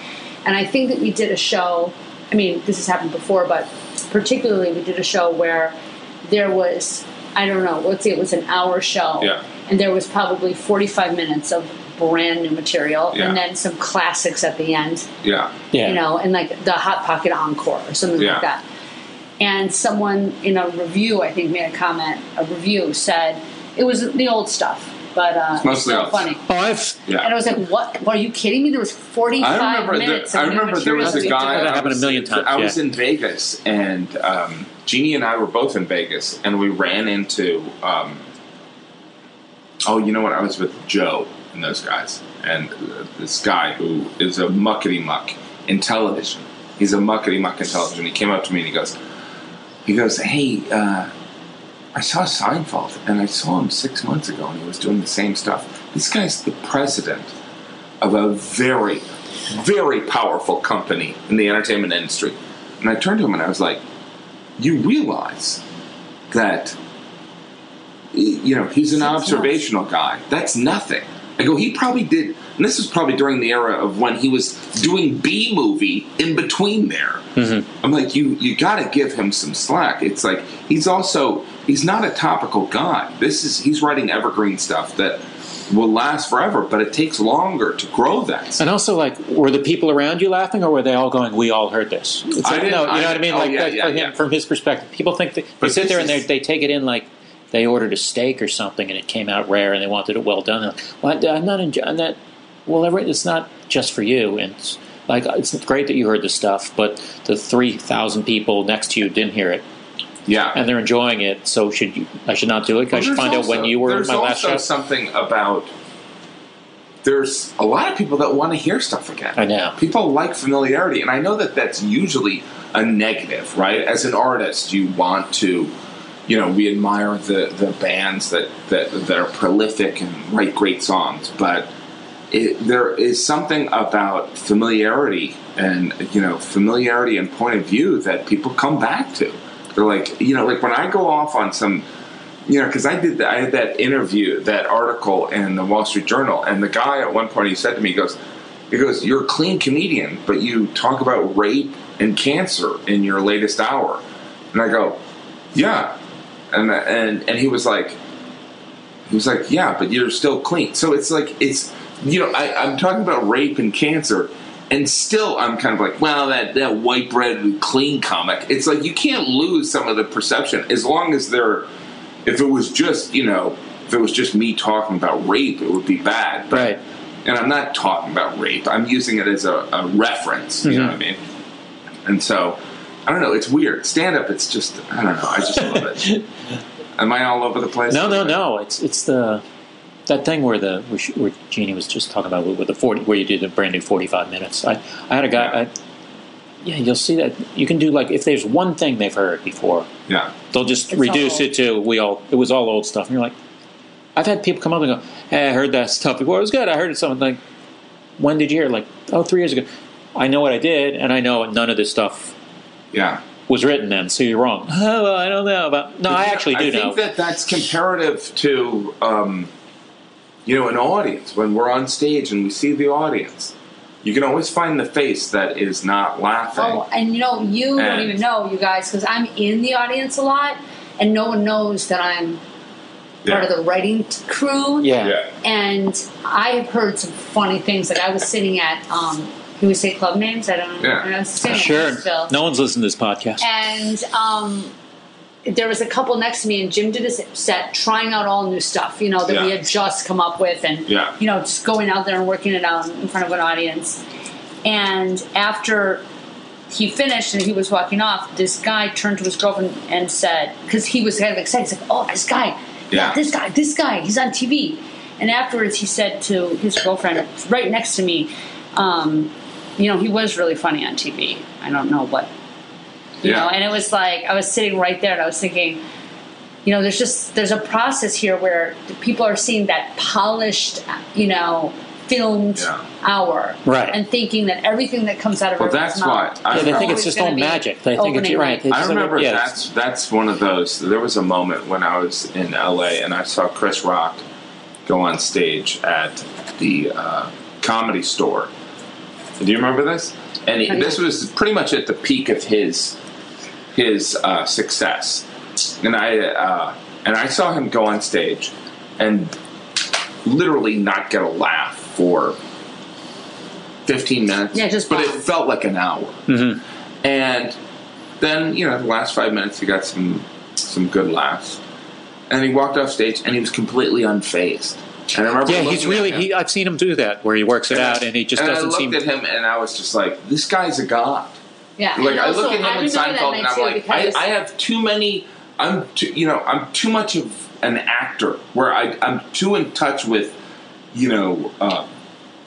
C: And I think that we did a show. I mean, this has happened before, but particularly we did a show where there was I don't know. Let's see, it was an hour show,
D: Yeah.
C: and there was probably forty five minutes of brand new material,
D: Yeah.
C: and then some classics at the end
D: yeah,
B: Yeah.
C: you know, and like the Hot Pocket Encore or something
D: Yeah.
C: like that. And someone in a review, I think, made a comment. A review said it was the old stuff, but uh, it's
D: mostly
C: still
D: old
C: funny.
D: stuff.
B: Oh, I've
D: yeah.
C: And I was like, "What? What are you kidding me? There was forty-five
D: I remember.
C: minutes."
D: The, I
C: of new
D: remember there was a
C: material
D: guy.
B: That
D: I
B: happened a
D: was-
B: million times,
D: I was
B: yeah.
D: in Vegas, and um, Jeannie and I were both in Vegas, and we ran into. Um, oh, you know what? I was with Joe and those guys, and uh, this guy who is a muckety muck in television. He's a muckety muck in television. He came up to me and he goes, he goes, hey. Uh, I saw Seinfeld, and I saw him six months ago, and he was doing the same stuff. This guy's the president of a very, very powerful company in the entertainment industry. And I turned to him and I was like, You realize that, y- you know, he's an observational guy. That's nothing. I go, He probably did, and this was probably during the era of when he was doing B movie in between there. I'm like, You, you got to give him some slack. It's like, he's also, he's not a topical guy. This is, he's writing evergreen stuff that will last forever, but it takes longer to grow that.
B: And also, like, were the people around you laughing, or were they all going, "We all heard this"? It's
D: I
B: like,
D: didn't-
B: no, you know
D: I-
B: what I mean.
D: oh,
B: like,
D: yeah,
B: that-
D: yeah,
B: for him,
D: yeah.
B: from his perspective, people think that, they
D: But
B: sit there
D: this
B: and they
D: is-
B: they take it in like they ordered a steak or something, and it came out rare, and they wanted it well done. And, well, I- I'm not enjoying that. Well, every- it's not just for you, and it's like it's great that you heard this stuff, but the three thousand people next to you didn't hear it,
D: Yeah.
B: and they're enjoying it. So should you, I should not do it? I
D: But
B: should
D: there's
B: find out when
D: also-
B: you were in
D: there's
B: my last
D: also
B: show.
D: something about there's a lot of people that want to hear stuff again.
B: I know.
D: People like familiarity, and I know that that's usually a negative, right? As an artist, you want to, you know, we admire the the bands that that that are prolific and write great songs, but it, there is something about familiarity and you know familiarity and point of view that people come back to. They're like, you know, like when I go off on some you know, because I did that. I had that interview, that article in the Wall Street Journal, and the guy at one point he said to me, he goes, he goes, you're a clean comedian, but you talk about rape and cancer in your latest hour, and I go, yeah, and and and he was like, he was like, yeah, but you're still clean. So it's like it's you know I, I'm talking about rape and cancer, and still I'm kind of like, wow, that that white bread clean comic. It's like you can't lose some of the perception as long as they're. If it was just you know, if it was just me talking about rape, it would be bad. But,
B: Right.
D: And I'm not talking about rape. I'm using it as a, a reference. You
B: Mm-hmm.
D: know what I mean? And so. I don't know. It's weird. Stand up. It's just I don't know. I just love it. Am I all over the place?
B: No, no, no. It's it's the that thing where the where, she, where Jeannie was just talking about with the forty where you do the brand new forty five minutes. I I had a guy. I, yeah, you'll see that you can do like if there's one thing they've heard before,
D: Yeah.
B: they'll just
C: It's
B: reduce
C: all-
B: it to we all it was all old stuff. And you're like, I've had people come up and go, "Hey, I heard that stuff before. It was good. I heard it something like, when did you hear? it?" Like, oh, three years ago. I know what I did, and I know none of this stuff
D: Yeah.
B: was written then. So you're wrong. Oh, well, I don't know about. No, I actually do
D: I
B: know.
D: think that that's comparative to, um, you know, an audience. When we're on stage and we see the audience, you can always find the face that is not laughing.
C: Oh, and you know, you don't
D: And-
C: even know, you guys, because I'm in the audience a lot, and no one knows that I'm part of the writing t- crew.
B: yeah.
D: Yeah.
C: And I have heard some funny things. Like I was sitting at, um, can we say club names? I don't know.
D: Yeah.
C: And I was sitting at
B: Sure.
C: Nashville.
B: No one's listened to this podcast.
C: And um, there was a couple next to me, and Jim did a s- set trying out all new stuff, you know, that we
D: Yeah.
C: had just come up with, and
D: Yeah.
C: you know, just going out there and working it out in front of an audience. And after he finished and he was walking off, this guy turned to his girlfriend and said, because he was kind of excited, he's like, "Oh, this guy,
D: Yeah.
C: this guy, this guy, he's on TV." And afterwards, he said to his girlfriend right next to me, um, "You know, he was really funny on TV. I don't know what you
D: Yeah.
C: know and it was like i was sitting right there and i was thinking you know there's just there's a process here where the people are seeing that polished you know filmed
D: Yeah.
C: hour
B: Right.
C: and thinking that everything that comes out of
D: Well,
C: everyone's
D: that's
C: mouth
D: why I
B: Yeah, they think it's
C: always
B: just
C: gonna
B: all
C: be
B: magic. They think it's
C: opening
B: right.
C: night.
B: They
D: I
B: just like,
D: remember
B: yeah,
D: that's that's one of those. There was a moment when I was in LA and I saw Chris Rock go on stage at the uh, comedy store. Do you remember this? And he, this was pretty much at the peak of his his uh, success. And I uh, and I saw him go on stage and literally not get a laugh for fifteen minutes.
C: Yeah, just
D: but it
C: bombed.
D: felt like an hour.
B: Mm-hmm.
D: And then you know the last five minutes he got some some good laughs and he walked off stage and he was completely unfazed and i remember
B: Yeah, he's
D: looking
B: really.
D: at him,
B: He, I've seen him do that where he works it out and he just
D: and I
B: doesn't
D: looked
B: seem.
D: at him and i was just like this guy's a god
C: yeah
D: like
C: And
D: i
C: also,
D: look at him in
C: remember that
D: seinfeld and
C: night
D: i'm
C: too
D: like I,
C: because-
D: I have too many i'm too you know i'm too much of an actor where I, i'm too in touch with you know uh,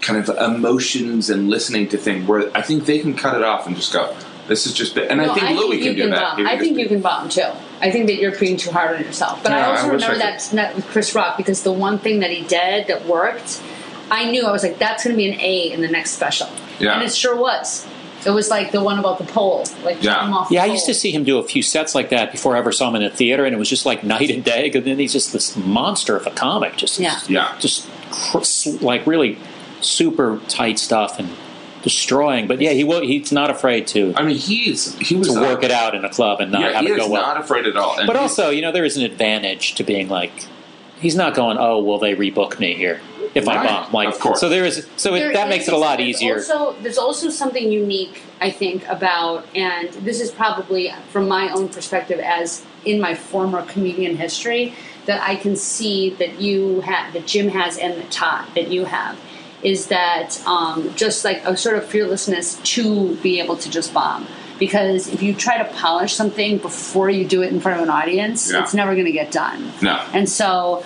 D: kind of emotions and listening to things where i think they can cut it off and just go this is just and
C: No,
D: i think louis
C: you
D: can do that
C: Bomb.
D: He would
C: I
D: just
C: think
D: be-
C: you can bomb too. I think that you're being too hard on yourself. But I
D: Yeah, I
C: also
D: wish I
C: remember
D: could.
C: that that with Chris Rock because the one thing that he did that worked, I knew I was like, that's going to be an A in the next special.
D: Yeah.
C: and it sure was. It was like the one about the pole, like
D: Yeah.
C: him off.
B: Yeah, I
C: the
B: used
C: pole.
B: to see him do a few sets like that before I ever saw him in a theater, and it was just like night and day. And then he's just this monster of a comic, just
C: Yeah.
D: Yeah.
B: just cr- s- like really super tight stuff and destroying. But yeah, he will, he's not afraid to
D: I mean, he's he was
B: to
D: not-
B: work it out in a club and not
D: Yeah,
B: have
D: he
B: it
D: is
B: go well.
D: not afraid at all. And
B: but
D: he's-
B: also, you know, there is an advantage to being like he's not going. Oh, will they rebook me here if
D: Right.
B: I bomb? Like,
D: Of course.
B: so there is. So
C: There
B: it, that
C: is-
B: makes it a lot
C: there's
B: easier.
C: Also, there's also something unique, I think, about, and this is probably from my own perspective as in my former comedian history, that I can see that you have, that Jim has, and that Todd, that you have, is that um, just like a sort of fearlessness to be able to just bomb. Because if you try to polish something before you do it in front of an audience,
D: Yeah.
C: it's never going to get done.
D: No.
C: And so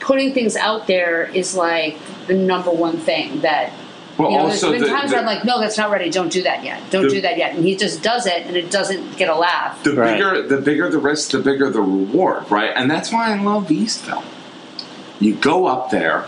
C: putting things out there is like the number one thing that.
D: Well,
C: you know,
D: also
C: there's been
D: the-
C: times
D: the-
C: where I'm like, no, that's not ready. Don't do that yet. Don't
D: The-
C: do that yet. And he just does it, and it doesn't get a laugh.
D: the
B: Right.
D: bigger the bigger the risk, the bigger the reward, right? And that's why I love Eastville. You go up there,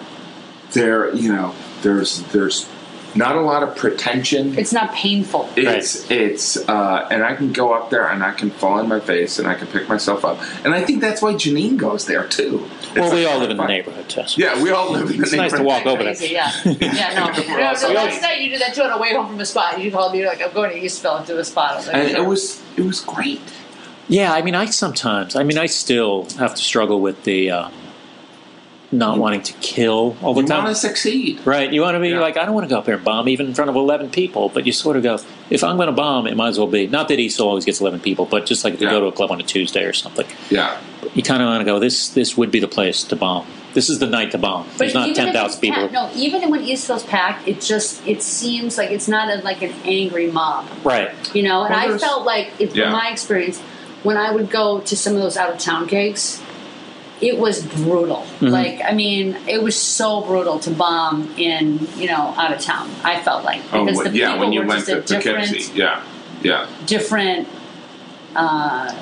D: there you know, there's there's not a lot of pretension.
C: it's not painful.
D: It's it's uh, and I can go up there and I can fall on my face and I can pick myself up and I think that's why Janine goes there too.
B: well,
D: It's
B: we
D: like,
B: all live in the
D: fine.
B: neighborhood, Tess.
D: Yeah, we all live in the
B: It's nice to
D: neighborhood.
B: walk over there.
C: Crazy, yeah, yeah, no. You know, so
D: We
C: last
D: all-
C: night you did that too on the way home from the spot. You called me you're like, I'm going to Eastville and do a spot. I was like,
D: And it
C: "Sure."
D: was it was great.
B: Yeah, I mean, I sometimes, I mean, I still have to struggle with the um, not wanting to kill all the
D: You want
B: time.
D: to succeed.
B: Right, you want to be
D: Yeah.
B: like, I don't want to go up there and bomb even in front of 11 people, but you sort of go, if I'm going to bomb, it might as well be, not that East always gets 11 people, but just like if
D: Yeah.
B: you go to a club on a Tuesday or something,
D: Yeah.
B: you kind of want to go, this this would be the place to bomb. This is the night to bomb. There's not
C: even if
B: 10,000
C: it's
B: people.
C: packed- no, even when Eastville's packed, it just it seems like it's not a, like an angry mob.
B: Right.
C: you know and
D: Well,
C: i
D: there's-
C: felt like if,
D: Yeah.
C: from my experience when i would go to some of those out of town gigs it was brutal like i mean it was so brutal to bomb in you know out of town i felt like because
D: Oh, well,
C: the
D: yeah,
C: people
D: when you
C: were
D: went
C: just
D: to
C: a different
D: Poughkeepsie. Yeah. Yeah.
C: different uh,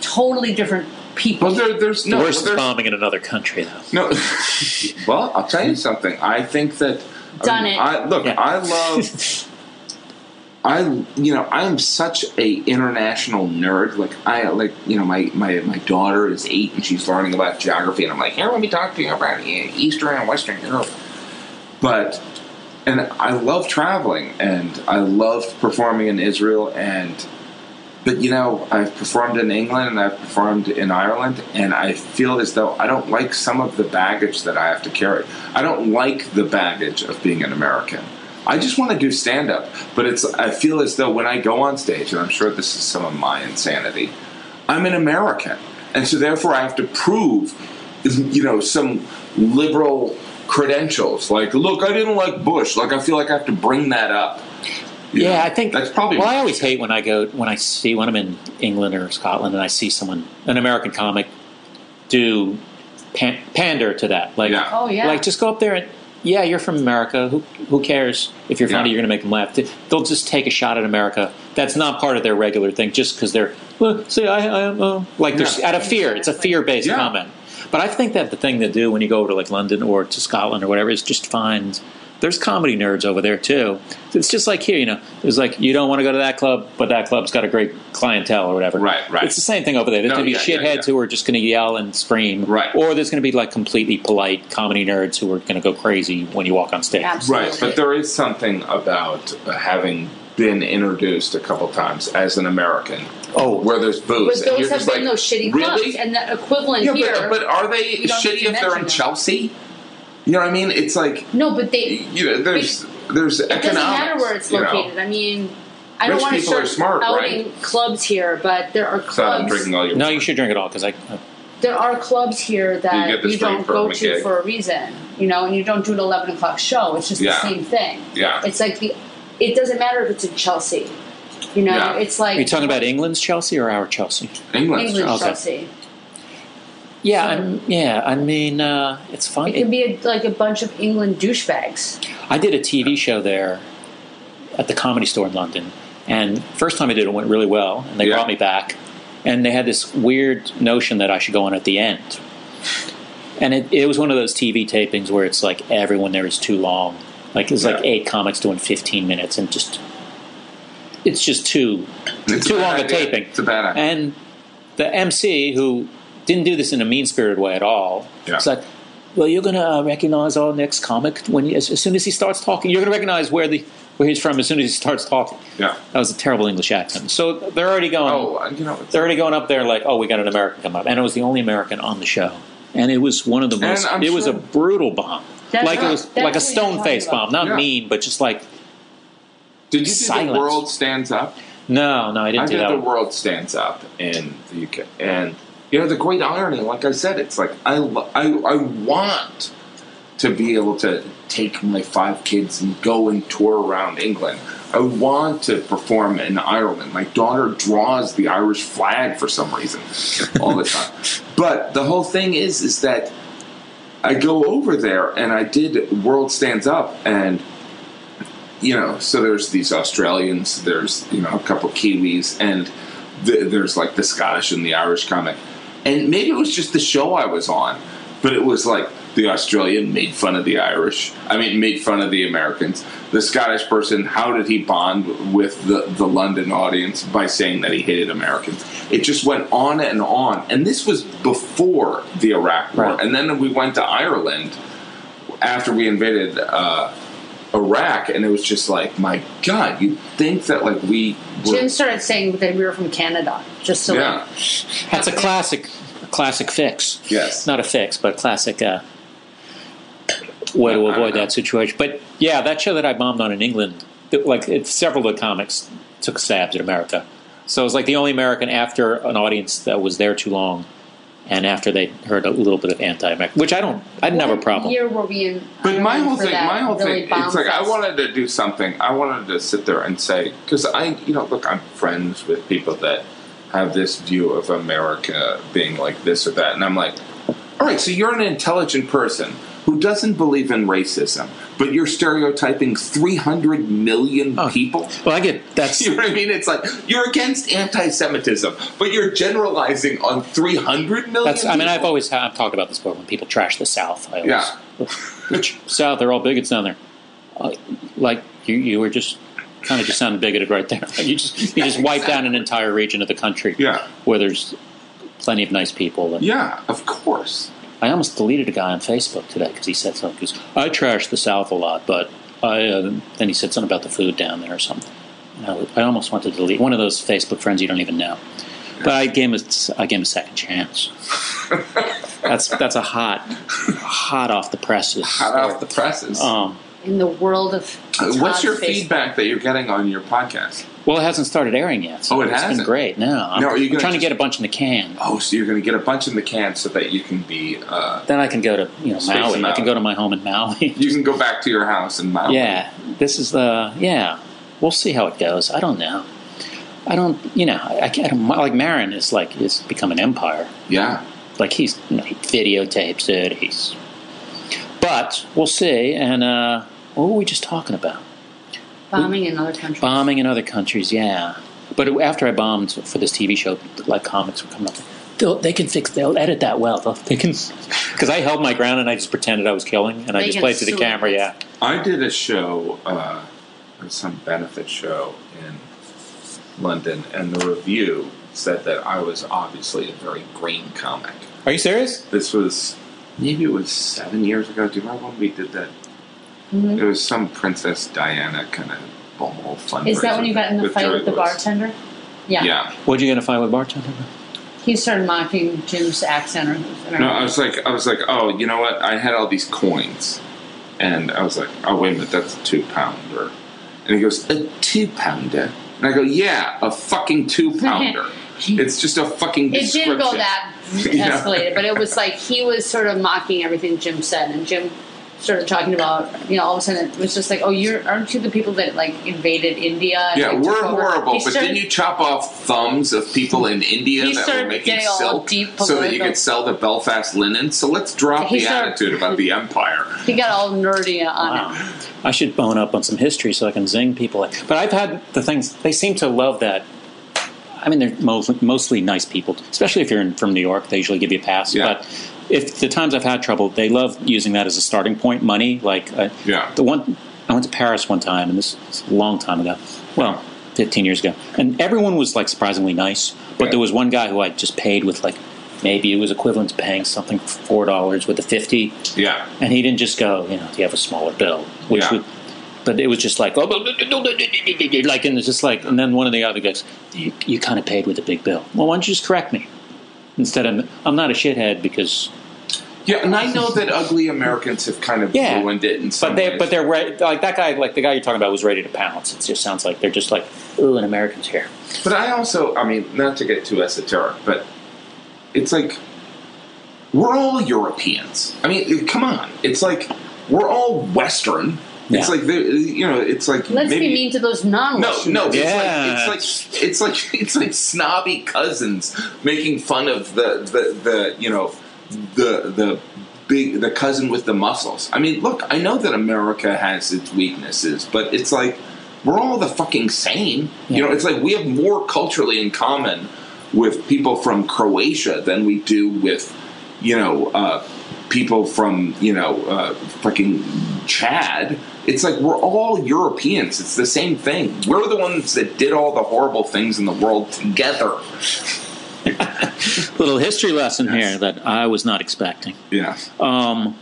C: totally different people
D: Well, there, there's
B: The
D: no
B: worst is
D: there's-
B: bombing in another country, though.
D: No. well, I'll tell you something. I think that.
C: Done
D: I mean,
C: it.
D: I, look,
B: Yeah.
D: I love. I you know I am such a international nerd. Like I like you know my, my my daughter is eight and she's learning about geography and I'm like here let me talk to you about uh, Eastern and Western Europe. But and I love traveling and I love performing in Israel and but you know, I've performed in England and I've performed in Ireland, and I feel as though I don't like some of the baggage that I have to carry. I don't like the baggage of being an American. I just want to do stand up, but it's I feel as though when I go on stage, and I'm sure this is some of my insanity, I'm an American, and so therefore I have to prove, you know, some liberal credentials. Like, look, I didn't like Bush. Like, I feel like I have to bring that up. You
B: Yeah,
D: know,
B: I think
D: that's probably.
B: Well, I always hate when I go when I see when I'm in England or Scotland and I see someone an American comic do pan, pander to that. Like,
D: Yeah.
C: Oh, yeah.
B: like just go up there and yeah, you're from America. Who who cares if you're funny?
D: Yeah.
B: You're going to make them laugh. They'll just take a shot at America. That's not part of their regular thing. Just because they're well, see, I, I am uh, like there's
D: Yeah.
B: out of fear. It's a fear based
D: Yeah.
B: comment. But I think that the thing to do when you go over to like London or to Scotland or whatever is just find there's comedy nerds over there too. It's just like here, you know, there's like you don't want to go to that club, but that club's got a great clientele or whatever.
D: Right, right.
B: It's the same thing over there. There's
D: No,
B: gonna be
D: yeah, yeah,
B: shitheads
D: yeah.
B: who are just gonna yell and scream.
D: Right.
B: Or there's gonna be like completely polite comedy nerds who are gonna go crazy when you walk on stage.
C: Absolutely.
D: Right, but there is something about uh, having been introduced a couple times as an American.
B: Oh.
D: where there's
C: But
D: booze. and
C: those
D: you're
C: have
D: just
C: been
D: like,
C: those shitty
D: really?
C: clubs and the equivalent
D: yeah,
C: here
D: but, but are they
C: you don't need
D: shitty
C: to
D: if they're
C: mention
D: in
C: them.
D: Chelsea? You know what I mean? It's like
C: no but they
D: you know, there's there's
C: It doesn't
D: economics.
C: matter where it's
D: you know.
C: located. I mean, I
D: Rich
C: don't want to
D: people are
C: start
D: smart,
C: outing clubs here, but there are
D: So I'm
C: clubs.
D: drinking all your.
B: No, you should drink it all because I. uh,
C: there are clubs here that
D: You
C: you,
D: get the straight
C: don't go
D: bourbon
C: to
D: gig.
C: for a reason, you know, and you don't do an eleven o'clock show. It's just
D: Yeah.
C: the same thing.
D: Yeah.
C: it's like the. It doesn't matter if it's in Chelsea, you know.
D: Yeah.
C: It's like
B: Are you talking about England's Chelsea or our Chelsea?
D: England.
C: English
B: Okay.
C: Chelsea.
B: Yeah, I'm, yeah. I mean, uh, it's fun.
C: It can be a, like a bunch of England douchebags.
B: I did a TV show there at the Comedy Store in London, and first time I did it went really well, and they
D: Yeah.
B: brought me back, and they had this weird notion that I should go on at the end, and it, it was one of those TV tapings where it's like everyone there is too long, Like there's like
D: Yeah.
B: eight comics doing 15 minutes, and just it's just too
D: It's
B: too
D: a bad
B: long a
D: idea.
B: taping.
D: It's a bad idea.
B: And the MC who didn't do this in a mean spirited way at all.
D: Yeah.
B: It's like, well, you're going to uh, recognize our next comic when he, as, as soon as he starts talking. You're going to recognize where the where he's from as soon as he starts talking.
D: Yeah.
B: That was a terrible English accent. So they're already going.
D: Oh, uh, you know, it's-
B: They're already going up there like, oh, we got an American come up, and it was the only American on the show, and it was one of the most.
D: I'm
B: It was a
D: sure-
B: brutal bomb,
C: That's
B: like
C: right.
B: it was
C: That's
B: like a
C: what you're
B: stone face
C: talking about.
B: bomb, not
D: Yeah.
B: mean, but just like
D: did you do
B: silence.
D: the world stands up?
B: no, no, I didn't
D: I
B: do
D: did
B: that.
D: the
B: one.
D: world stands up in the UK, and you know the great irony. Like I said, it's like I lo- I, I want to be able to take my five kids and go and tour around England. I want to perform in Ireland. My daughter draws the Irish flag for some reason all the time. But the whole thing is is that I go over there and I did World Stands Up and you know, so there's these Australians, there's you know a couple Kiwis, and th- there's like the Scottish and the Irish comic, and maybe it was just the show I was on, but it was like the Australian made fun of the Irish. I mean, made fun of the Americans. The Scottish person, how did he bond with the the London audience by saying that he hated Americans? It just went on and on, and this was before the Iraq War,
B: Right.
D: and then we went to Ireland after we invaded. Uh, Iraq, and it was just like, my God, you think that like we were,
C: Jim started saying that we were from Canada, just so
D: yeah,
B: That's a classic, classic fix.
D: Yes.
B: not a fix, but classic uh, way to
D: Yeah, I
B: avoid
D: don't know.
B: that situation. But yeah, that show that I bombed on in England, it- like it, several of the comics took stabs at America. So it was like the only American after an audience that was there too long, and after they heard a little bit of anti-American, which I don't, I didn't have a problem.
C: Year were we in?
D: But my
C: Ireland
D: whole
C: for
D: thing,
C: that
D: my whole
C: really
D: thing,
C: bomb
D: it's like I
C: fest.
D: wanted to do something. I wanted to sit there and say, because I, you know, look, I'm friends with people that have this view of America being like this or that, and I'm like, all right, so you're an intelligent person who doesn't believe in racism, but you're stereotyping 300 million people.
B: Well, I get that's
D: You know what I mean? It's like you're against anti-Semitism, but you're generalizing on 300 million.
B: That's. I mean, I've
D: people?
B: always I've talked about this before when people trash the South. I always,
D: Yeah.
B: Which South? They're all bigots down there. Uh, like you, you were just kind of just sounding bigoted right there. You just you just wipe down an entire region of the country.
D: Yeah.
B: Where there's plenty of nice people. And
D: Yeah, of course.
B: I almost deleted a guy on Facebook today because he said something. Because I trash the South a lot, but I uh, then he said something about the food down there or something. And I, I almost want to delete one of those Facebook friends you don't even know. But I gave him a, I gave him a second chance. that's that's a hot, hot off the presses.
D: Hot off the presses.
B: Um,
C: in the world of.
D: Uh, What's
C: Todd's
D: your
C: face-
D: feedback that you're getting on your podcast?
B: well, it hasn't started airing yet. So
D: Oh, it
B: has been
D: hasn't?
B: great. No, I'm,
D: Now, are you
B: I'm
D: gonna
B: trying to
D: just-
B: get a bunch in the can.
D: Oh, so you're going to get a bunch in the can so that you can be, uh,
B: Then I can go to you know
D: Space
B: Maui.
D: them
B: I can
D: out.
B: go to my home in Maui.
D: you can go back to your house and mount.
B: Yeah, this is the yeah. We'll see how it goes. I don't know. I don't. You know, I, I can't. Like Marin is like it's become an empire.
D: yeah.
B: Like he's you know, he videotapes it. He's. But we'll see. And uh, what were we just talking about?
C: bombing in other countries.
B: Bombing in other countries. Yeah. But after I bombed for this TV show, like comics were coming up. They'll, they can fix. They'll edit that well. They'll, they can, because I held my ground and I just pretended I was killing and I
C: They
B: just
C: can
B: played to the
C: sue
B: camera.
C: us.
B: Yeah.
D: I did a show, uh, or some benefit show in London, and the review said that I was obviously a very green comic.
B: Are you serious?
D: This was maybe it was seven years ago. Do you remember when we did that?
C: Mm-hmm.
D: It was some Princess Diana kind of ball fundraiser.
C: Is that when you got in the fight
D: Jerry
C: with the
D: Lewis.
C: bartender? Yeah.
D: Yeah.
B: What'd you get in a fight with bartender?
C: He started mocking Jim's accent or
D: No, uh, I was like, I was like, oh, you know what? I had all these coins, and I was like, oh, wait a minute, that's a two pounder. And he goes, a two pounder, and I go, yeah, a fucking two pounder. it's just a fucking.
C: it didn't go
D: description.
C: that
D: Yeah.
C: escalated, but it was like he was sort of mocking everything Jim said, and Jim started talking about you know all of a sudden it was just like oh you're aren't you the people that like invaded India? and,
D: Yeah,
C: like, took
D: we're
C: over?"
D: horrible,
C: He
D: but
C: started-
D: didn't you chop off thumbs of people in India
C: He
D: that
C: started
D: were making
C: getting all
D: silk
C: deep
D: so that you
C: political.
D: could sell the Belfast linen? So let's drop
C: He
D: the
C: started-
D: attitude about the empire.
C: He got all nerdy on it.
B: Wow. I should bone up on some history so I can zing people. Like, but I've had the things, they seem to love that. I mean, they're mostly, mostly nice people, especially if you're in, from New York, they usually give you a pass.
D: Yeah.
B: But if the times I've had trouble, they love using that as a starting point, money. Like, uh,
D: Yeah.
B: the one, I went to Paris one time, and this is a long time ago. Well, 15 years ago. And everyone was like surprisingly nice, but
D: Yeah.
B: there was one guy who I just paid with like maybe it was equivalent to paying something $4 with a 50
D: Yeah.
B: and he didn't just go, you know, do you have a smaller bill? Which
D: Yeah.
B: would, but it was just like, oh, like, and it's just like, and then one of the other guys, you, you kind of paid with a big bill. Well, why don't you just correct me? Instead of, I'm not a shithead because,
D: Yeah, and I know that ugly Americans have kind of
B: Yeah.
D: ruined it in some
B: but they,
D: ways.
B: but they're re- like that guy, like the guy you're talking about was ready to pounce. It just sounds like they're just like, ooh, an American's here.
D: But I also, I mean, not to get too esoteric, but it's like we're all Europeans. I mean, come on, it's like we're all Western. It's
B: Yeah.
D: like they- you know, it's like
C: Let's
D: maybe,
C: be mean to those non
D: No, no, it's
B: Yeah.
D: like it's like it's like it's like snobby cousins making fun of the the, the you know the the big the cousin with the muscles. I mean, look, I know that America has its weaknesses, but it's like we're all the fucking same. You know, it's like we have more culturally in common with people from Croatia than we do with you know uh, people from you know uh, fucking Chad. It's like we're all Europeans. It's the same thing. We're the ones that did all the horrible things in the world together.
B: Little history lesson here that I was not expecting.
D: Yeah.
B: Um,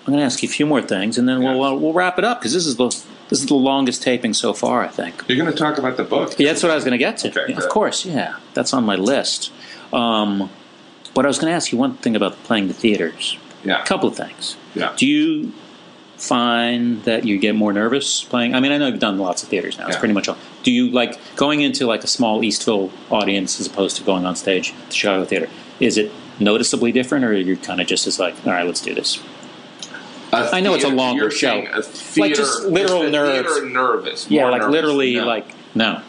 B: I'm going to ask you a few more things, and then we'll we'll, we'll wrap it up because this is the this is the longest taping so far, I think.
D: You're going to talk about the book.
B: Yeah, that's what I was going to get to.
D: Okay,
B: Yeah, of
D: good.
B: course, yeah, that's on my list. Um, but I was going to ask you one thing about playing the theaters.
D: Yeah.
B: A couple of things.
D: Yeah.
B: Do you find that you get more nervous playing? I mean, I know you've done lots of theaters now. It's
D: Yeah.
B: pretty much all. Do you like going into like a small Eastville audience as opposed to going on stage at the Chicago Theater? Is it noticeably different, or you're kind of just as like, all right, let's do this?
D: A
B: I know it's a
D: theater-
B: longer
D: you're
B: show.
D: saying A
B: Like,
D: theater,
B: just literal
D: it's a
B: nerves.
D: Theater nervous.
B: Yeah,
D: more
B: like
D: nervous
B: literally,
D: than-
B: like no.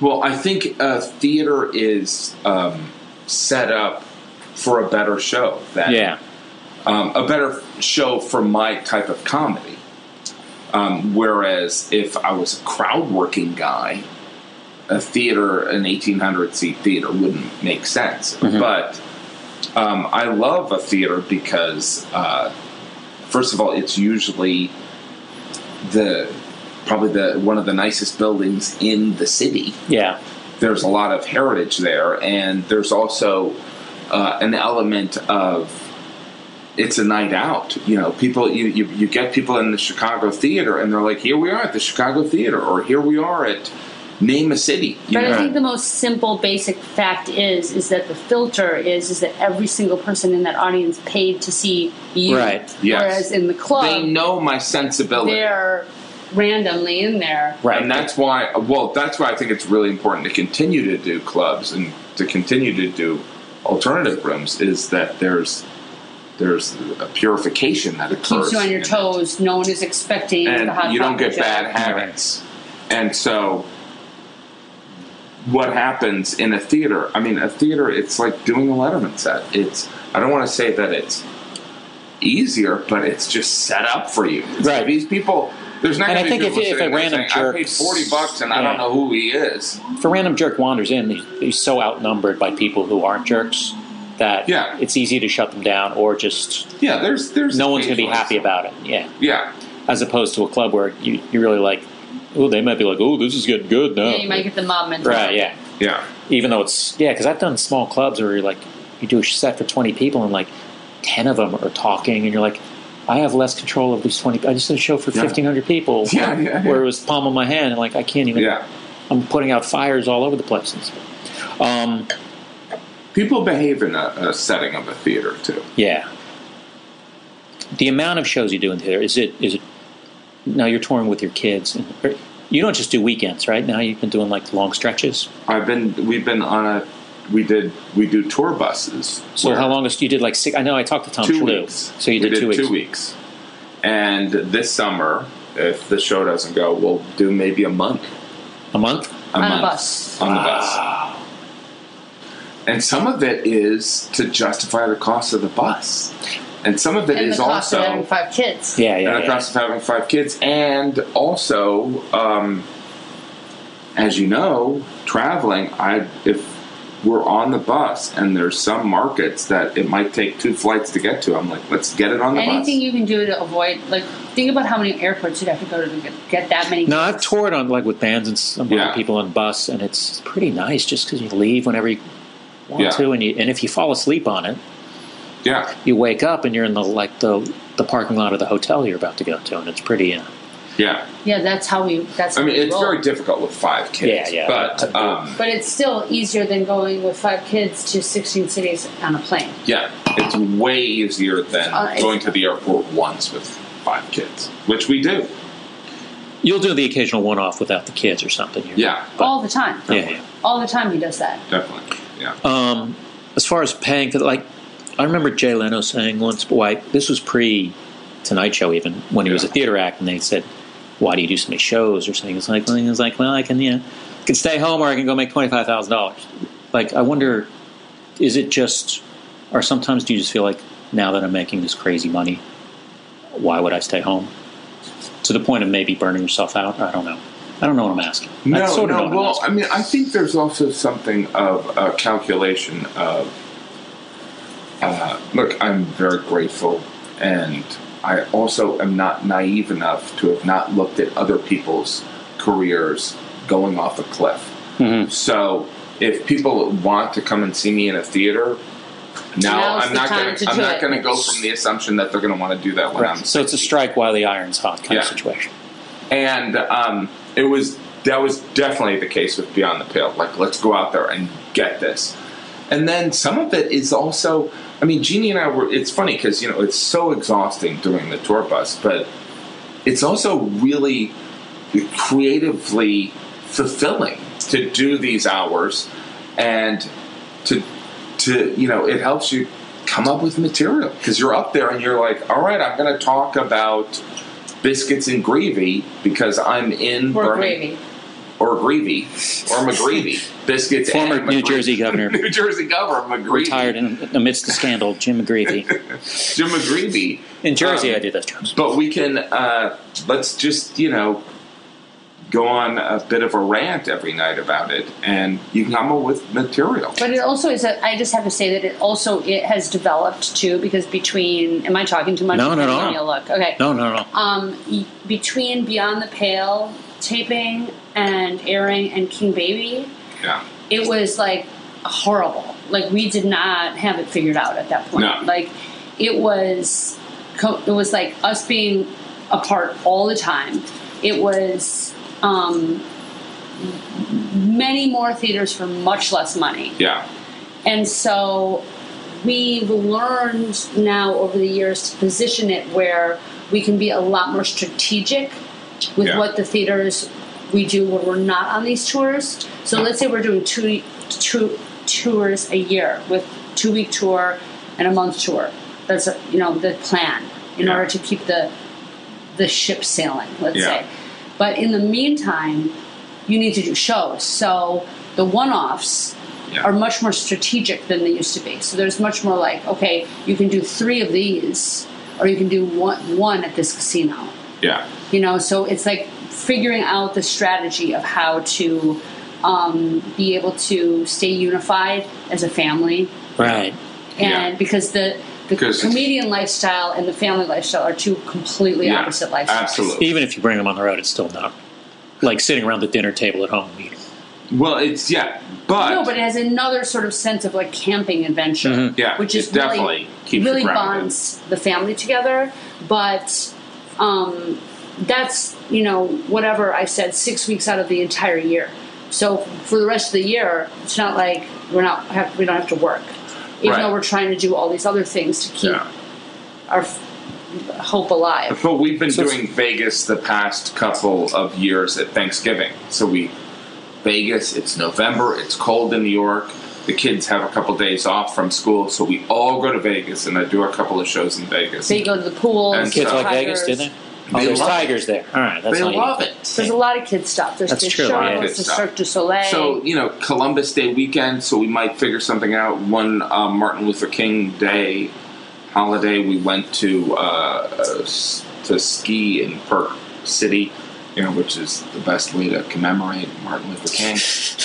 D: Well, I think uh, theater is um, set up for a better show. Than,
B: Yeah,
D: um, a better show for my type of comedy. Um, whereas if I was a crowd working guy, a theater, an 1800 seat theater wouldn't make sense. But um, I love a theater because, uh, first of all, it's usually the probably the one of the nicest buildings in the city
B: yeah,
D: there's a lot of heritage there, and there's also uh, an element of it's a night out. You know, people you, you you get people in the Chicago theater, and they're like, "Here we are at the Chicago theater," or "Here we are at name a city." You
C: But
D: know?
C: I think the most simple, basic fact is is that the filter is is that every single person in that audience paid to see you.
B: Right,
D: yes.
C: Whereas in the
D: they
C: club,
D: know my sensibility.
C: they're randomly in there.
B: right.
D: And that's why, well, that's why I think it's really important to continue to do clubs and to continue to do alternative rooms is that there's there's a purification that occurs.
C: Keeps you on your
D: in it.
C: toes. No one is expecting the hot
D: and you don't
C: pocket
D: get
C: joke.
D: bad habits. And so, what happens in a theater? I mean, a theater, it's like doing a Letterman set. It's I don't want to say that it's easier, but it's just set up for you. It's
B: Right.
D: like These people. There's not
B: And I
D: gonna be
B: think if-
D: people
B: if a
D: sitting there
B: random
D: saying, I
B: jerk
D: paid forty bucks and I
B: Yeah.
D: don't know who he is.
B: if a random jerk wanders in, he's, he's so outnumbered by people who aren't jerks that
D: Yeah.
B: it's easy to shut them down or just
D: Yeah, there's there's
B: no one's going to be
D: occasionally-
B: happy about it. Yeah.
D: Yeah,
B: As opposed to a club where you, you really like, oh, they might be like, oh, this is getting good now.
C: Yeah, you might get the mob mentality.
B: right, yeah.
D: yeah,
B: Even though it's, yeah, because I've done small clubs where you're like, you do a set for 20 people and like 10 of them are talking and you're like, I have less control of these 20. I just did a show for
D: Yeah.
B: 1,500 people
D: Yeah, yeah, yeah.
B: where it was palm of my hand and like, I can't even,
D: yeah.
B: I'm putting out fires all over the place. And stuff. Um,
D: People behave in a, a setting of a theater too.
B: Yeah. The amount of shows you do in theater is it is it now you're touring with your kids. and- or- You don't just do weekends, right? Now you've been doing like long stretches.
D: I've been we've been on a we did we do tour buses.
B: So
D: where-
B: how long is you did like six? I know I talked to Tom
D: two
B: Shalhoub.
D: weeks.
B: So you
D: We
B: did, two, weeks.
D: And this summer, if the show doesn't go, we'll do maybe a month.
B: a month. Ah.
D: A
C: On a
D: month,
C: bus.
D: On the bus. And some of it is to justify the cost of the bus. And some of it is
C: And the cost
D: also
C: of having five kids.
B: Yeah, yeah.
D: and the
B: yeah.
D: cost of having five kids, and also, um, as you know, traveling. I if we're on the bus, and there's some markets that it might take two flights to get to. I'm like, let's get it on the bus.
C: Anything you can do to avoid, like, think about how many airports you'd have to go to to get, get that many.
B: No, I've
C: gigs.
B: toured on like with bands and some other
D: Yeah.
B: people on bus, and it's pretty nice just because you leave whenever you want
D: Yeah.
B: to, and you, and if you fall asleep on it,
D: yeah,
B: you wake up and you're in the like the the parking lot of the hotel you're about to go to, and it's pretty. Uh,
D: yeah.
C: Yeah, that's how we. That's.
D: I
C: how
D: mean,
C: we
D: it's
C: roll.
D: very difficult with five kids.
B: Yeah, yeah.
D: But um,
C: But it's still easier than going with five kids to 16 cities on a plane.
D: yeah, it's way easier than
C: Uh, it's-
D: going to the airport once with five kids, which we do.
B: you'll do the occasional one off without the kids or something. you-
D: Yeah.
B: but-
C: All the time.
B: yeah, yeah.
C: All the time he does that.
D: Definitely. Yeah.
B: Um, as far as paying for like, I remember Jay Leno saying once, "Why this was pre Tonight Show even when he was a
D: Yeah.
B: theater act," and they said, "Why do you do so many shows or something?" It's like, well, he was like, "Well, I can, yeah, I can stay home or I can go make twenty five thousand dollars." Like, I wonder, is it just, or sometimes do you just feel like now that I'm making this crazy money, why would I stay home? To the point of maybe burning yourself out. I don't know. I don't know what I'm asking.
D: No,
B: I sort of
D: no.
B: know what I'm
D: Well,
B: asking.
D: I mean, I think there's also something of a calculation of. Uh, look, I'm very grateful, and I also am not naive enough to have not looked at other people's careers going off a cliff.
B: Mm-hmm.
D: So, if people want to come and see me in a theater, now
C: Now's
D: I'm
C: the
D: not
C: time
D: gonna,
C: to
D: I'm
C: do
D: not
C: it.
D: going to go from the assumption that they're going to want to do that when
B: Right.
D: I'm
B: So it's a strike while the iron's hot kind of
D: Yeah.
B: situation.
D: and um, it was that was definitely the case with Beyond the Pale. Like, let's go out there and get this. And then some of it is also, I mean, Jeannie and I were. It's funny because you know it's so exhausting doing the tour bus, but it's also really creatively fulfilling to do these hours and to to you know it helps you come up with material because you're up there and you're like all right i'm going to talk about biscuits and gravy because i'm in
C: Or
D: Birmingham-
C: gravy.
D: or gravy or mcgreevy biscuits
B: Former
D: and
B: New
D: McGreevy.
B: Jersey governor.
D: new jersey governor mcgreevy
B: retired in, amidst the scandal, Jim McGreevey.
D: jim mcgreevy
B: In Jersey,
D: Um,
B: I did those jokes.
D: but we can uh, let's just you know go on a bit of a rant every night about it and you can come up with material
C: But it also is a, I just have to say that it also it has developed too because between am I talking too much?
B: No, no, no.
C: Give me a Look, okay.
B: No, no, no.
C: Um, y- between Beyond the Pale taping and airing and King Baby,
D: yeah
C: it was like horrible. Like we did not have it figured out at that point.
D: No.
C: Like it was, co- it was like us being apart all the time. It was um, many more theaters for much less money,
D: yeah
C: and so we've learned now over the years to position it where we can be a lot more strategic with
D: Yeah.
C: what the theaters we do when we're not on these tours. So let's say we're doing two, two tours a year with two week tour and a month tour. That's you know the plan in
D: Yeah.
C: order to keep the the ship sailing. Let's
D: Yeah.
C: say, but in the meantime, you need to do shows. So the one offs
D: Yeah.
C: are much more strategic than they used to be. So there's much more like, okay, you can do three of these, or you can do one, one at this casino.
D: yeah
C: You know, so it's like figuring out the strategy of how to um, be able to stay unified as a family,
B: Right.
C: and
D: Yeah.
C: because the the
D: 'Cause-
C: comedian lifestyle and the family lifestyle are two completely
D: Yeah,
C: opposite lifestyles.
D: absolutely
B: Even if you bring them on the road, it's still not like sitting around the dinner table at home. eating.
D: well it's yeah but,
C: No, but it has another sort of sense of like camping adventure.
D: Yeah,
C: which
D: Mm-hmm. it
C: is
D: definitely
C: really,
D: keeps you
C: really
D: grounded.
C: bonds the family together. But um, that's you know whatever I said six weeks out of the entire year. So for the rest of the year, it's not like we're not have, we don't have to work, even
D: Right.
C: though we're trying to do all these other things to keep
D: yeah
C: our f- hope alive.
D: but we've been
B: So it's-
D: doing vegas the past couple of years at thanksgiving so we vegas it's november it's cold in new york the kids have a couple days off from school so we all go to vegas and i do a couple of shows in vegas
C: So you go to the pool.
D: And
C: you
B: Kids
D: So-
B: like
C: tigers.
B: Vegas, did they? Oh,
D: They
B: there's
D: love it.
B: tigers there. All right, that's
D: they
B: all you
D: love
B: need.
D: it
C: There's a lot of kids stuff. There's
B: That's
C: the
B: true, a lot of
C: shows,
D: kids
C: the
D: stuff.
C: Cirque du Soleil.
D: So you know, Columbus Day weekend, so we might figure something out. One uh, Martin Luther King Day holiday, we went to uh, uh, s- to ski in Park City you know, which is the best way to commemorate Martin Luther King.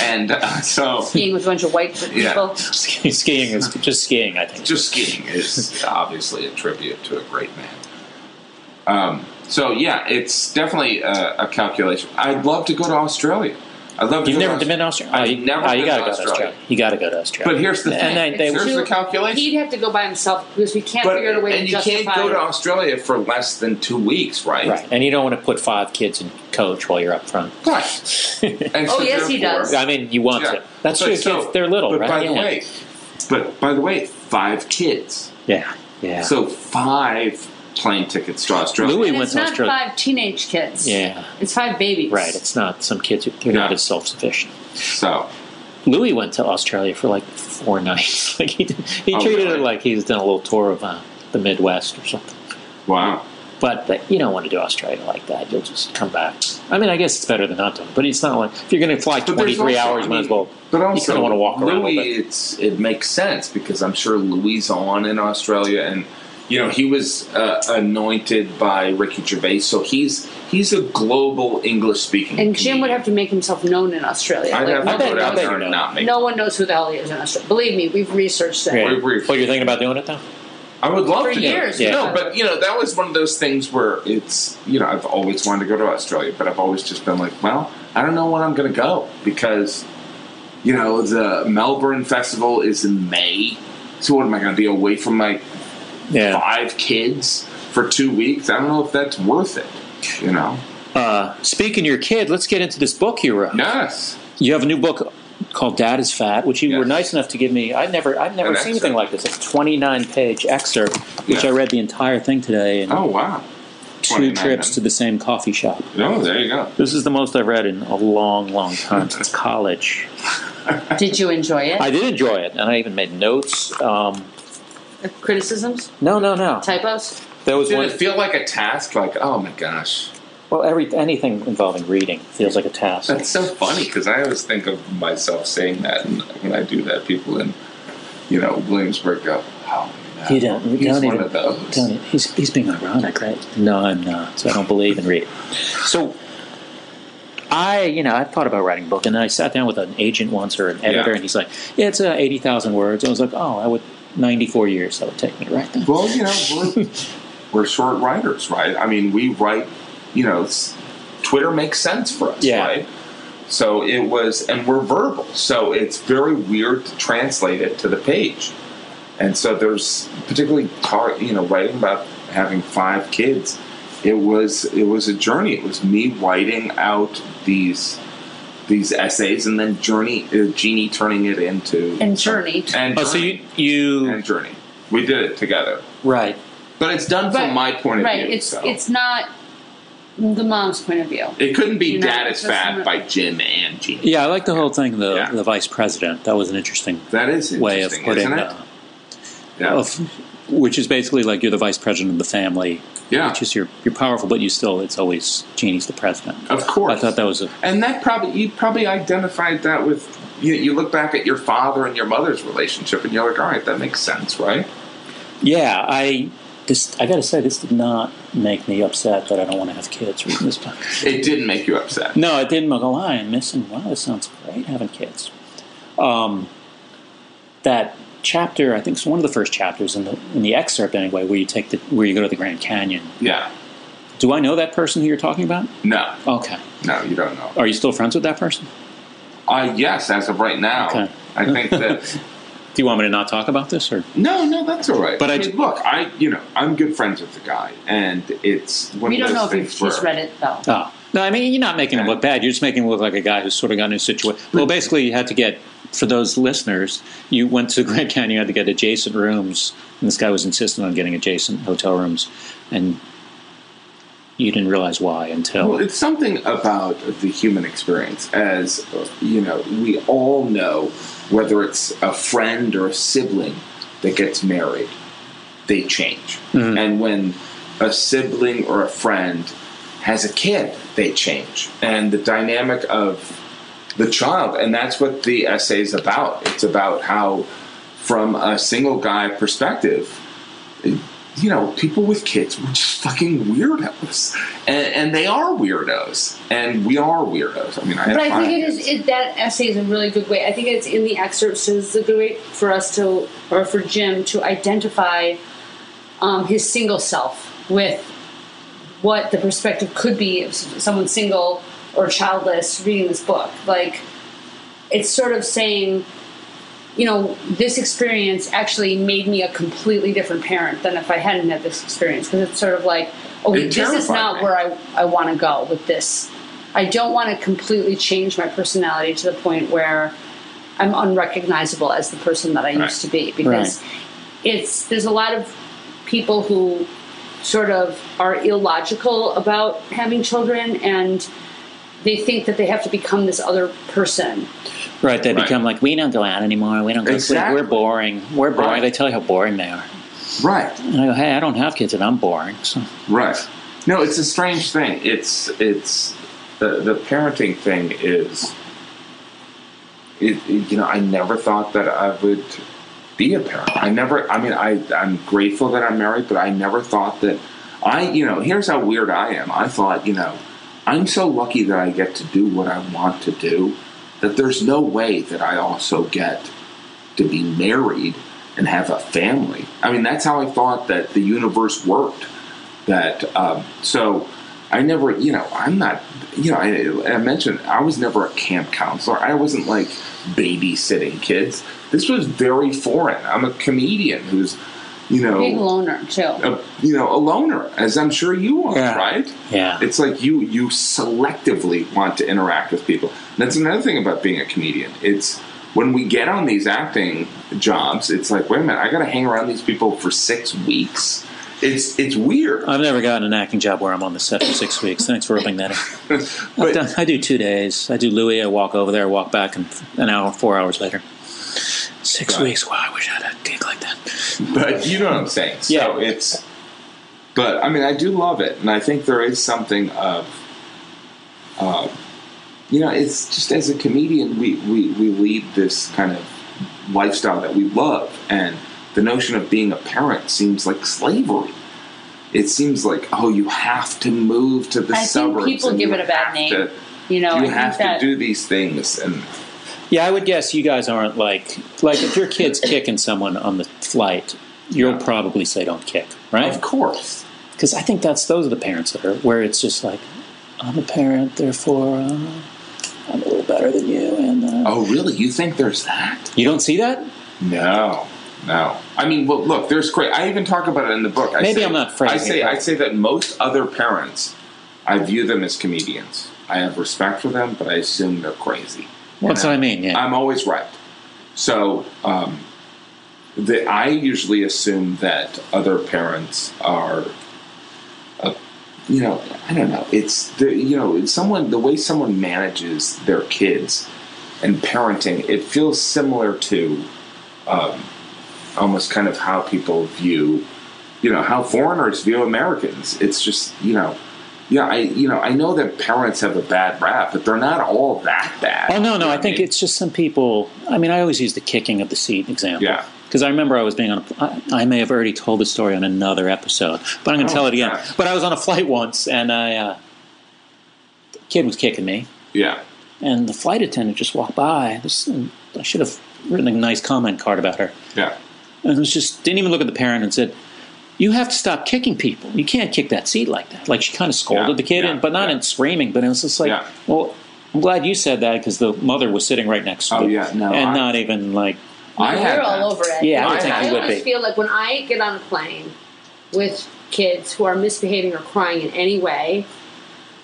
D: And uh, so,
C: Being with a bunch of white people.
D: Yeah.
B: skiing is just skiing. I think.
D: just skiing is obviously a tribute to a great man. Um, so yeah, it's definitely a, a calculation. I'd love to go to Australia. I'd love to.
B: You've
D: go
B: never
D: to Aus-
B: been to Australia.
D: I've
B: you,
D: never
B: oh, you
D: been
B: gotta
D: to
B: go
D: Australia.
B: to Australia. You gotta go to Australia.
D: But here's the thing.
B: And they- they-
D: Here's the calculation.
C: He'd have to go by himself because we can't
D: But
C: figure out a way
D: and
C: to
D: you
C: justify.
D: can't go
C: it.
D: to Australia for less than two weeks, right?
B: right, and you don't want to put five kids in coach while you're up front.
D: Right. And
C: Oh,
D: so
C: yes, he
D: therefore-
C: does.
B: I mean, you want
D: Yeah.
B: to. That's
D: But
B: true.
D: so-
B: kids, they're little,
D: but
B: right?
D: By
B: yeah.
D: the way, but by the way, five kids.
B: yeah, yeah.
D: So five plane tickets to Australia.
B: Louis- We
C: And
B: went
C: it's
B: to
C: not
B: Australia.
C: five teenage kids.
B: Yeah.
C: It's five babies.
B: right, it's not some kids. who- They're not
D: Yeah.
B: as self sufficient.
D: So
B: Louis went to Australia for like four nights. Like he did, he
D: Oh,
B: treated it
D: really?
B: like he's done a little tour of uh, the Midwest or something.
D: wow.
B: But that, you don't want to do Australia like that. You'll just come back. I mean, I guess it's better than not doing. it, But it's not like if you're going to fly
D: But there's
B: 23
D: also-
B: hours,
D: I
B: might as
D: mean,
B: well.
D: But
B: you
D: also,
B: kind of want to walk around a
D: Louis,
B: little bit.
D: it's it makes sense because I'm sure Louis on in Australia, and you know he was uh, anointed by Ricky Gervais, so he's he's a global English speaking.
C: And Jim would have to make himself known in Australia.
D: I'd have to
B: I bet-
D: go
B: I
D: down
B: bet
D: there
B: you
D: and
B: know.
D: not make.
C: no one knows who the hell he is in Australia. Believe me, we've researched that.
B: Yeah.
D: We're- we're-
B: Well, you're thinking about doing it though.
D: I would love
C: For
D: to.
C: years,
D: Go.
B: Yeah.
D: No, but you know that was one of those things where it's you know I've always wanted to go to Australia, but I've always just been like, well, I don't know when I'm going to go because you know the Melbourne Festival is in May, so what am I going to be away from my
B: Yeah.
D: five kids for two weeks. I don't know if that's worth it. You know?
B: Uh, speaking of your kid, let's get into this book you wrote.
D: Yes.
B: You have a new book called "Dad Is Fat," which you were
D: Yes.
B: nice enough to give me. I've never, I've never
D: An
B: seen
D: excerpt.
B: anything like this. It's a 29 page excerpt, which
D: Yeah.
B: I read the entire thing today, and
D: Oh wow.
B: two
D: 29,
B: trips
D: huh?
B: to the same coffee shop.
D: No, there you go.
B: This is the most I've read in a long, long time since college.
C: Did you enjoy it?
B: I did enjoy it, and I even made notes. Um,
C: Criticisms?
B: no, no, no.
C: Typos?
B: There was
D: Did
B: one.
D: it feel like a task? Like, oh my gosh,
B: Well, every anything involving reading feels like a task.
D: that's so funny because I always think of myself saying that, and when I do that, people in you know Williamsburg go, "Oh, man,
B: You don't.
D: he's
B: don't
D: one
B: even,
D: of those."
B: don't even- he's, he's being ironic, right? No, I'm not. So I don't believe in reading. So I, you know, I thought about writing a book, and then I sat down with an agent once or an editor,
D: Yeah.
B: and he's like, "Yeah, it's uh, eighty thousand words." I was like, "Oh, I would." 94 years that would take me to write that.
D: Well, you know, we're, we're short writers, right? I mean, we write, you know, s- Twitter makes sense for us,
B: Yeah.
D: right? So it was, and we're verbal, so it's very weird to translate it to the page. And so there's particularly, car, you know, writing about having five kids. It was it was a journey. It was me writing out these these essays, and then journey uh, Jeannie turning it into
C: And Journey.
D: and
B: Oh, so you,
D: Journey.
B: you
D: and journey. We did it together.
B: right?
D: But it's done
C: Right.
D: from my point of
C: right.
D: view.
C: It's
D: so.
C: it's not the mom's point of view.
D: it couldn't be
C: you know,
D: Dad is
C: that's
D: Fat
C: not-
D: by Jim and Gene.
B: Yeah, I like the whole thing. The
D: Yeah.
B: the vice president. That was an interesting
D: That is interesting,
B: way of putting
D: isn't it?
B: uh,
D: yeah.
B: of which is basically like you're the vice president of the family.
D: Yeah.
B: which is you're you're powerful, but you still it's always Jeannie's the president.
D: Of course.
B: I thought that was a
D: and that probably you probably identified that with you, you look back at your father and your mother's relationship and you're like, all right, that makes sense, right?
B: yeah. I this I got to say this did not make me upset that I don't want to have kids reading this book.
D: It didn't make you upset.
B: No, it didn't. Like, oh, I'm missing. Wow, this sounds great having kids. Um, that chapter, I think, it's one of the first chapters in the in the excerpt anyway, where you take the where you go to the Grand Canyon.
D: Yeah.
B: Do I know that person who you're talking about?
D: No.
B: Okay.
D: No, you don't know.
B: Are you still friends with that person?
D: Uh, yes, as of right now.
B: Okay.
D: I think that
B: Do you want me to not talk about this or
D: no, no, that's all right.
B: But
D: I,
B: I
D: mean,
B: d-
D: look, I you know, I'm good friends with the guy and it's one
C: We
D: of
C: don't know
D: those
C: if
D: things
C: you've just
D: where-
C: read it though.
B: Oh. No, I mean, you're not making him
D: Yeah.
B: look bad. You're just making him look like a guy who's sort of got in a situation. Well, basically, you had to get, for those listeners, you went to Grand Canyon, you had to get adjacent rooms, and this guy was insistent on getting adjacent hotel rooms, and you didn't realize why until.
D: Well, it's something about the human experience, as you know, we all know whether it's a friend or a sibling that gets married, they change. And when a sibling or a friend has a kid, they change. And the dynamic of the child, and that's what the essay is about. It's about how, from a single guy perspective, you know, people with kids were just fucking weirdos, and, and they are weirdos, and we are weirdos. I mean, I
C: But I
D: five
C: think it is
D: kids.
C: it, that essay is a really good way. I think it's in the excerpts so it's a good way for us to, or for Jim to identify um, his single self with what the perspective could be of s- someone single or childless reading this book. Like, it's sort of saying, you know, this experience actually made me a completely different parent than if I hadn't had this experience. Because it's sort of like, okay,
D: It
C: this is
D: terrified
C: not
D: me.
C: where I, I want to go with this. I don't want to completely change my personality to the point where I'm unrecognizable as the person that I used to be. Because it's there's a lot of people who sort of are illogical about having children and they think that they have to become this other person.
B: Right, they
D: Right.
B: become like, we don't go out anymore. We don't go.
D: Exactly.
B: We're boring. We're boring.
D: Right.
B: They tell you how boring they are.
D: right.
B: And I go, hey, I don't have kids, and I'm boring. So
D: Right. No, it's a strange thing. It's it's the the parenting thing is. It, it- you know, I never thought that I would be a parent. I never. I mean, I I'm grateful that I'm married, but I never thought that I. You know, here's how weird I am. I thought, you know, I'm so lucky that I get to do what I want to do. That there's no way that I also get to be married and have a family. I mean, that's how I thought that the universe worked that um, so i never you know i'm not you know I, I mentioned i was never a camp counselor i wasn't like babysitting kids this was very foreign i'm a comedian who's you
C: Big
D: know
C: loner too.
D: a, you know a loner as i'm sure you are
B: Yeah.
D: right
B: yeah,
D: it's like you you selectively want to interact with people that's another thing about being a comedian it's when we get on these acting jobs it's like wait a minute i gotta hang around these people for six weeks it's it's weird
B: I've never gotten an acting job where I'm on the set for six weeks. Thanks for rubbing that in. I've
D: but
B: done, I do two days. I do Louis. I walk over there, walk back, and an hour, four hours later. Six
D: Right.
B: weeks. Wow, I wish I had a gig like that.
D: but you know what I'm saying. So
B: Yeah.
D: it's but I mean I do love it and I think there is something of uh, you know, it's just as a comedian we, we, we lead this kind of lifestyle that we love and the notion of being a parent seems like slavery. It seems like, oh, you have to move to the
C: I think
D: suburbs.
C: people
D: and
C: give
D: you
C: it a bad
D: have
C: name.
D: to-
C: you know, I
D: you
C: think
D: have to
C: that
D: do these things, and
B: Yeah, I would guess you guys aren't like like if your kid's kicking someone on the flight, you'll
D: No.
B: probably say don't kick, right?
D: of course,
B: Because I think that's those are the parents that are where it's just like I'm a parent, therefore uh, I'm a little better than you, and uh,
D: oh, really? You think there's that?
B: you don't see that.
D: No, no. I mean, well, look, there's great. I even talk about it in the book. I
B: Maybe
D: say,
B: I'm not phrasing
D: I say,
B: it
D: I
B: right.
D: say that most other parents, I view them as comedians. I have respect for them, but I assume they're crazy.
B: That's
D: And
B: what I mean. Yeah,
D: I'm always right. So, um, the, I usually assume that other parents are, uh, you know, I don't know. It's the you know, it's someone the way someone manages their kids and parenting. It feels similar to um, almost kind of how people view, you know, how foreigners view Americans. It's just, you know, yeah, I, you know, I know that parents have a bad rap, but they're not all that bad.
B: Oh no, no.
D: You know
B: I
D: what
B: think
D: mean?
B: it's just some people. I mean, I always use the kicking of the seat example.
D: Yeah.
B: Because I remember I was being on. A, I, I may have already told the story on another episode, but I'm going to
D: Oh,
B: tell it again.
D: gosh.
B: But I was on a flight once, and I uh, kid was kicking me,
D: yeah,
B: and the flight attendant just walked by. This, I should have written a nice comment card about her,
D: yeah,
B: and it was just didn't even look at the parent and said. You have to stop kicking people. You can't kick that seat like that. Like she kind of scolded
D: Yeah,
B: the kid,
D: yeah,
B: and, but not
D: yeah.
B: in screaming. But it was just like,
D: Yeah.
B: well, I'm glad you said that because the mother was sitting right next to
D: Oh,
B: me,
D: yeah, no,
B: and
D: I-
B: not even like
D: I
C: we're
D: had
C: all
D: that.
C: over it.
B: Yeah, I would
D: think
C: I
D: you would
C: always
B: be.
C: feel like when I get on a plane with kids who are misbehaving or crying in any way,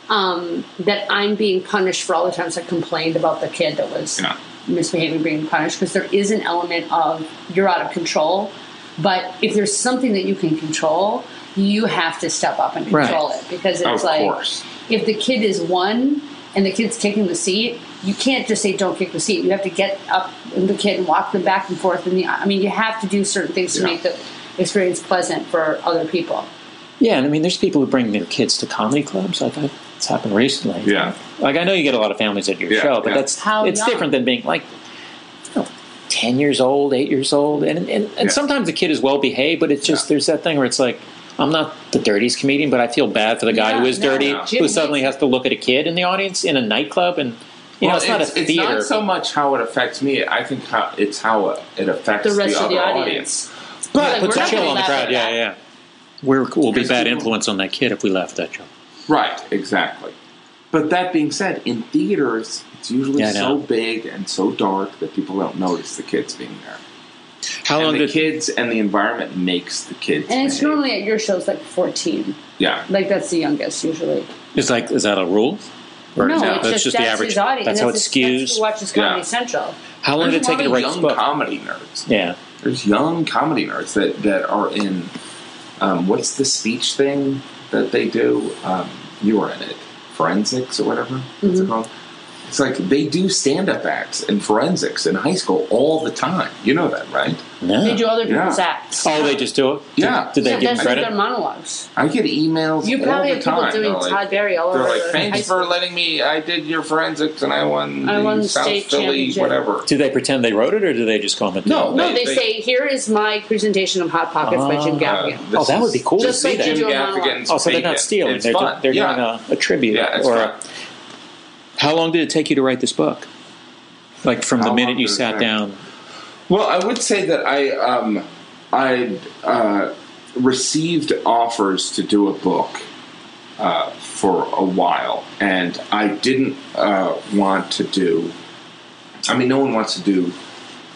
C: um, that I'm being punished for all the times I complained about the kid that was
D: Yeah.
C: misbehaving, being punished, because there is an element of you're out of control. But if there's something that you can control, you have to step up and
B: Right.
C: control it because it's
D: Of
C: like
D: course.
C: if the kid is one and the kid's kicking the seat, you can't just say don't kick the seat. You have to get up with the kid and walk them back and forth. And the I mean, you have to do certain things to
D: Yeah.
C: make the experience pleasant for other people.
B: Yeah, and I mean, there's people who bring their kids to comedy clubs. Like I, it's happened recently.
D: Yeah.
B: Like I know you get a lot of families at your
D: Yeah,
B: show, but
D: yeah.
B: that's
C: How
B: it's
C: young?
B: different than being like you know, ten years old, eight years old, and and, and sometimes the kid is well behaved, but it's just there's that thing where it's like. I'm not the dirtiest comedian, but I feel bad for the guy
C: Yeah,
B: who is
C: no,
B: dirty,
C: no.
B: who
C: Jimmy-
B: suddenly has to look at a kid in the audience in a nightclub, and you know
D: Well,
B: it's, not a
D: it's
B: theater.
D: not so much how it affects me. I think how it's how it affects
C: the rest of the
D: other
C: audience.
D: But
B: puts
C: Like, we're
B: a
C: not
B: chill
C: gonna
B: on the
C: laugh
B: crowd.
C: at
B: Yeah,
C: that.
B: yeah. We're, we'll be
D: Because
B: bad
D: people-
B: influence on that kid if we laugh at that joke.
D: Right, exactly. But that being said, in theaters, it's usually
B: Yeah, I know.
D: so big and so dark that people don't notice the kids being there.
B: How long
D: and the
B: did
D: kids and the environment makes the kids.
C: And it's
D: behave.
C: normally at your shows like 14.
D: yeah.
C: Like that's the youngest usually.
B: is like? Is that a rule? Or
C: no,
B: is that-
C: it's just, that's His audience.
B: That's how it
C: That's his- that's
B: skews.
C: who watches Comedy
D: Yeah.
C: Central.
B: How long
D: There's
B: did it
D: a
B: take you
D: lot
B: to
D: of
B: write this
D: young
B: book?
D: comedy nerds.
B: yeah,
D: There's young comedy nerds that that are in. Um, what's the speech thing that they do? Um, you were in it, forensics or whatever. What's
C: Mm-hmm.
D: it called? It's like they do stand-up acts and forensics in high school all the time. You know that, right?
B: no.
C: They do other people's
D: Yeah.
C: acts.
B: oh, they just do it. Did-
D: Yeah.
B: Did,
C: yeah,
B: they give
C: that's
B: them
C: their
B: credit?
C: monologues.
D: I get emails.
C: You
D: all
C: probably
D: the
C: have people
D: time.
C: doing
D: They're like-
C: Todd Berry all
D: They're
C: over.
D: like,
C: high
D: thanks
C: school.
D: for letting me. I did your forensics, and I won.
C: I won
D: the
C: the
D: South
C: state
D: Philly,
C: championship."
D: whatever.
B: Do they pretend they wrote it, or do they just comment? Oh,
D: No,
C: No, they,
D: They-
C: say, "Here is my presentation of Hot Pockets by Jim
D: Uh,
C: Gaffigan."
D: this
B: Oh, that
D: is-
B: would be cool to
D: this
B: see
D: is
B: that.
D: Jim
C: They do a monologue.
D: Gaffigan's
B: Oh, so they're
D: opinion.
B: not stealing.
D: It's
B: they're
D: fun.
B: do- they're
D: yeah.
B: doing a, a tribute
D: Yeah, it's
B: or.
D: fun.
B: A, how long did it take you to write this book? Like from
D: How
B: the
D: long
B: minute you
D: did it
B: sat
D: take?
B: down.
D: Well, I would say that I um, I uh, received offers to do a book uh, for a while, and I didn't uh, want to do. I mean, no one wants to do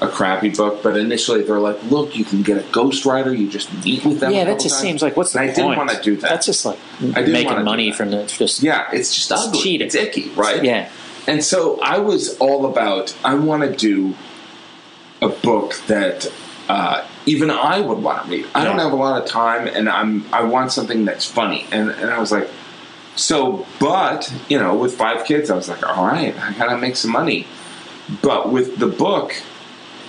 D: a crappy book, but initially they're like, "Look, you can get a ghostwriter. You just meet with them." a
B: yeah, that
D: couple
B: just
D: times."
B: seems like what's the
D: And I
B: point?
D: didn't want to do that.
B: That's just like
D: didn't wanna
B: making
D: do
B: money
D: that.
B: from the just.
D: yeah, it's just
B: It's
D: ugly.
B: cheating.
D: It's icky, right?
B: yeah.
D: And so I was all about I want to do a book that uh, even I would want to read. I don't
B: Yeah.
D: have a lot of time, and I'm I want something that's funny. And and I was like, so, but you know, with five kids, I was like, all right, I gotta make some money. But with the book,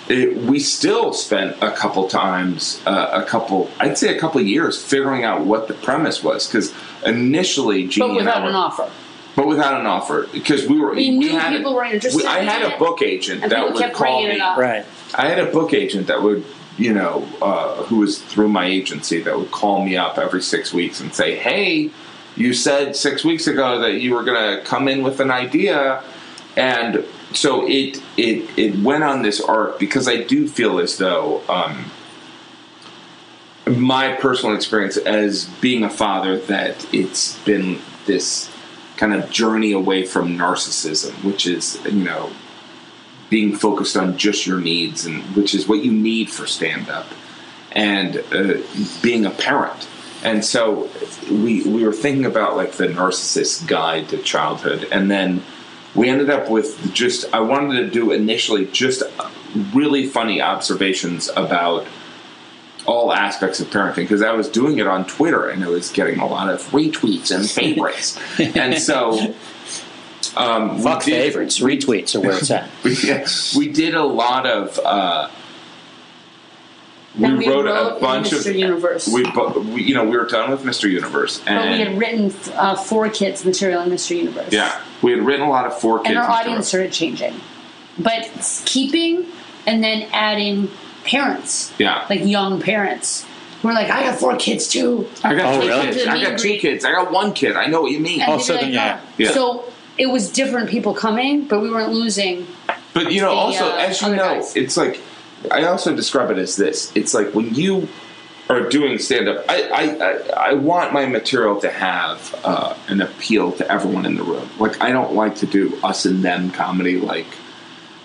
D: it, we still spent a couple times, uh, a couple, I'd say a couple years figuring out what the premise was because initially, Jeannie
C: but without
D: and I were-
C: an offer.
D: but without an offer because we were
C: We knew
D: had
C: people were interested
D: we- I
C: in
D: had a
C: it,
D: book agent
C: and
D: that
C: people
D: would
C: kept
D: call
C: bringing
D: me.
C: it up.
B: Right.
D: I had a book agent that would you know uh, who was through my agency that would call me up every six weeks and say, "Hey, you said six weeks ago that you were going to come in with an idea," and so it it it went on this arc because I do feel as though. Um, my personal experience as being a father that it's been this kind of journey away from narcissism, which is you know being focused on just your needs and which is what you need for stand up and uh, being a parent. And so we we were thinking about like the narcissist guide to childhood, and then we ended up with just I wanted to do initially just really funny observations about all aspects of parenting because I was doing it on Twitter and it was getting a lot of retweets and favorites, and so um,
B: Fuck
D: we did-
B: favorites, retweets are where it's at.
D: yeah, we did a lot of. Uh, we,
C: And we
D: wrote, a
C: wrote
D: bunch
C: Mr.
D: of
C: Universe.
D: We, bu- we, you know, we were done with Mr. Universe,
C: But we
D: and
C: had written uh, four kids material in Mr. Universe.
D: yeah, we had written a lot of four kids.
C: and our
D: and stuff.
C: audience started changing. But keeping and then adding parents,
D: Yeah.
C: like young parents, who are like, I got four kids too.
D: I got
B: Oh,
D: two
B: really?
D: kids. I got two kids. I got one kid. I know what you mean.
C: And
B: Oh,
C: they'd be
B: so then, yeah.
C: "Oh."
D: Yeah.
C: So it was different people coming, but we weren't losing.
D: But you know,
C: the,
D: also
C: uh,
D: as you
C: other
D: know,
C: guys.
D: it's like I also describe it as this. It's like when you are doing stand up, I, I, I I want my material to have uh, an appeal to everyone in the room. Like I don't like to do us and them comedy. Like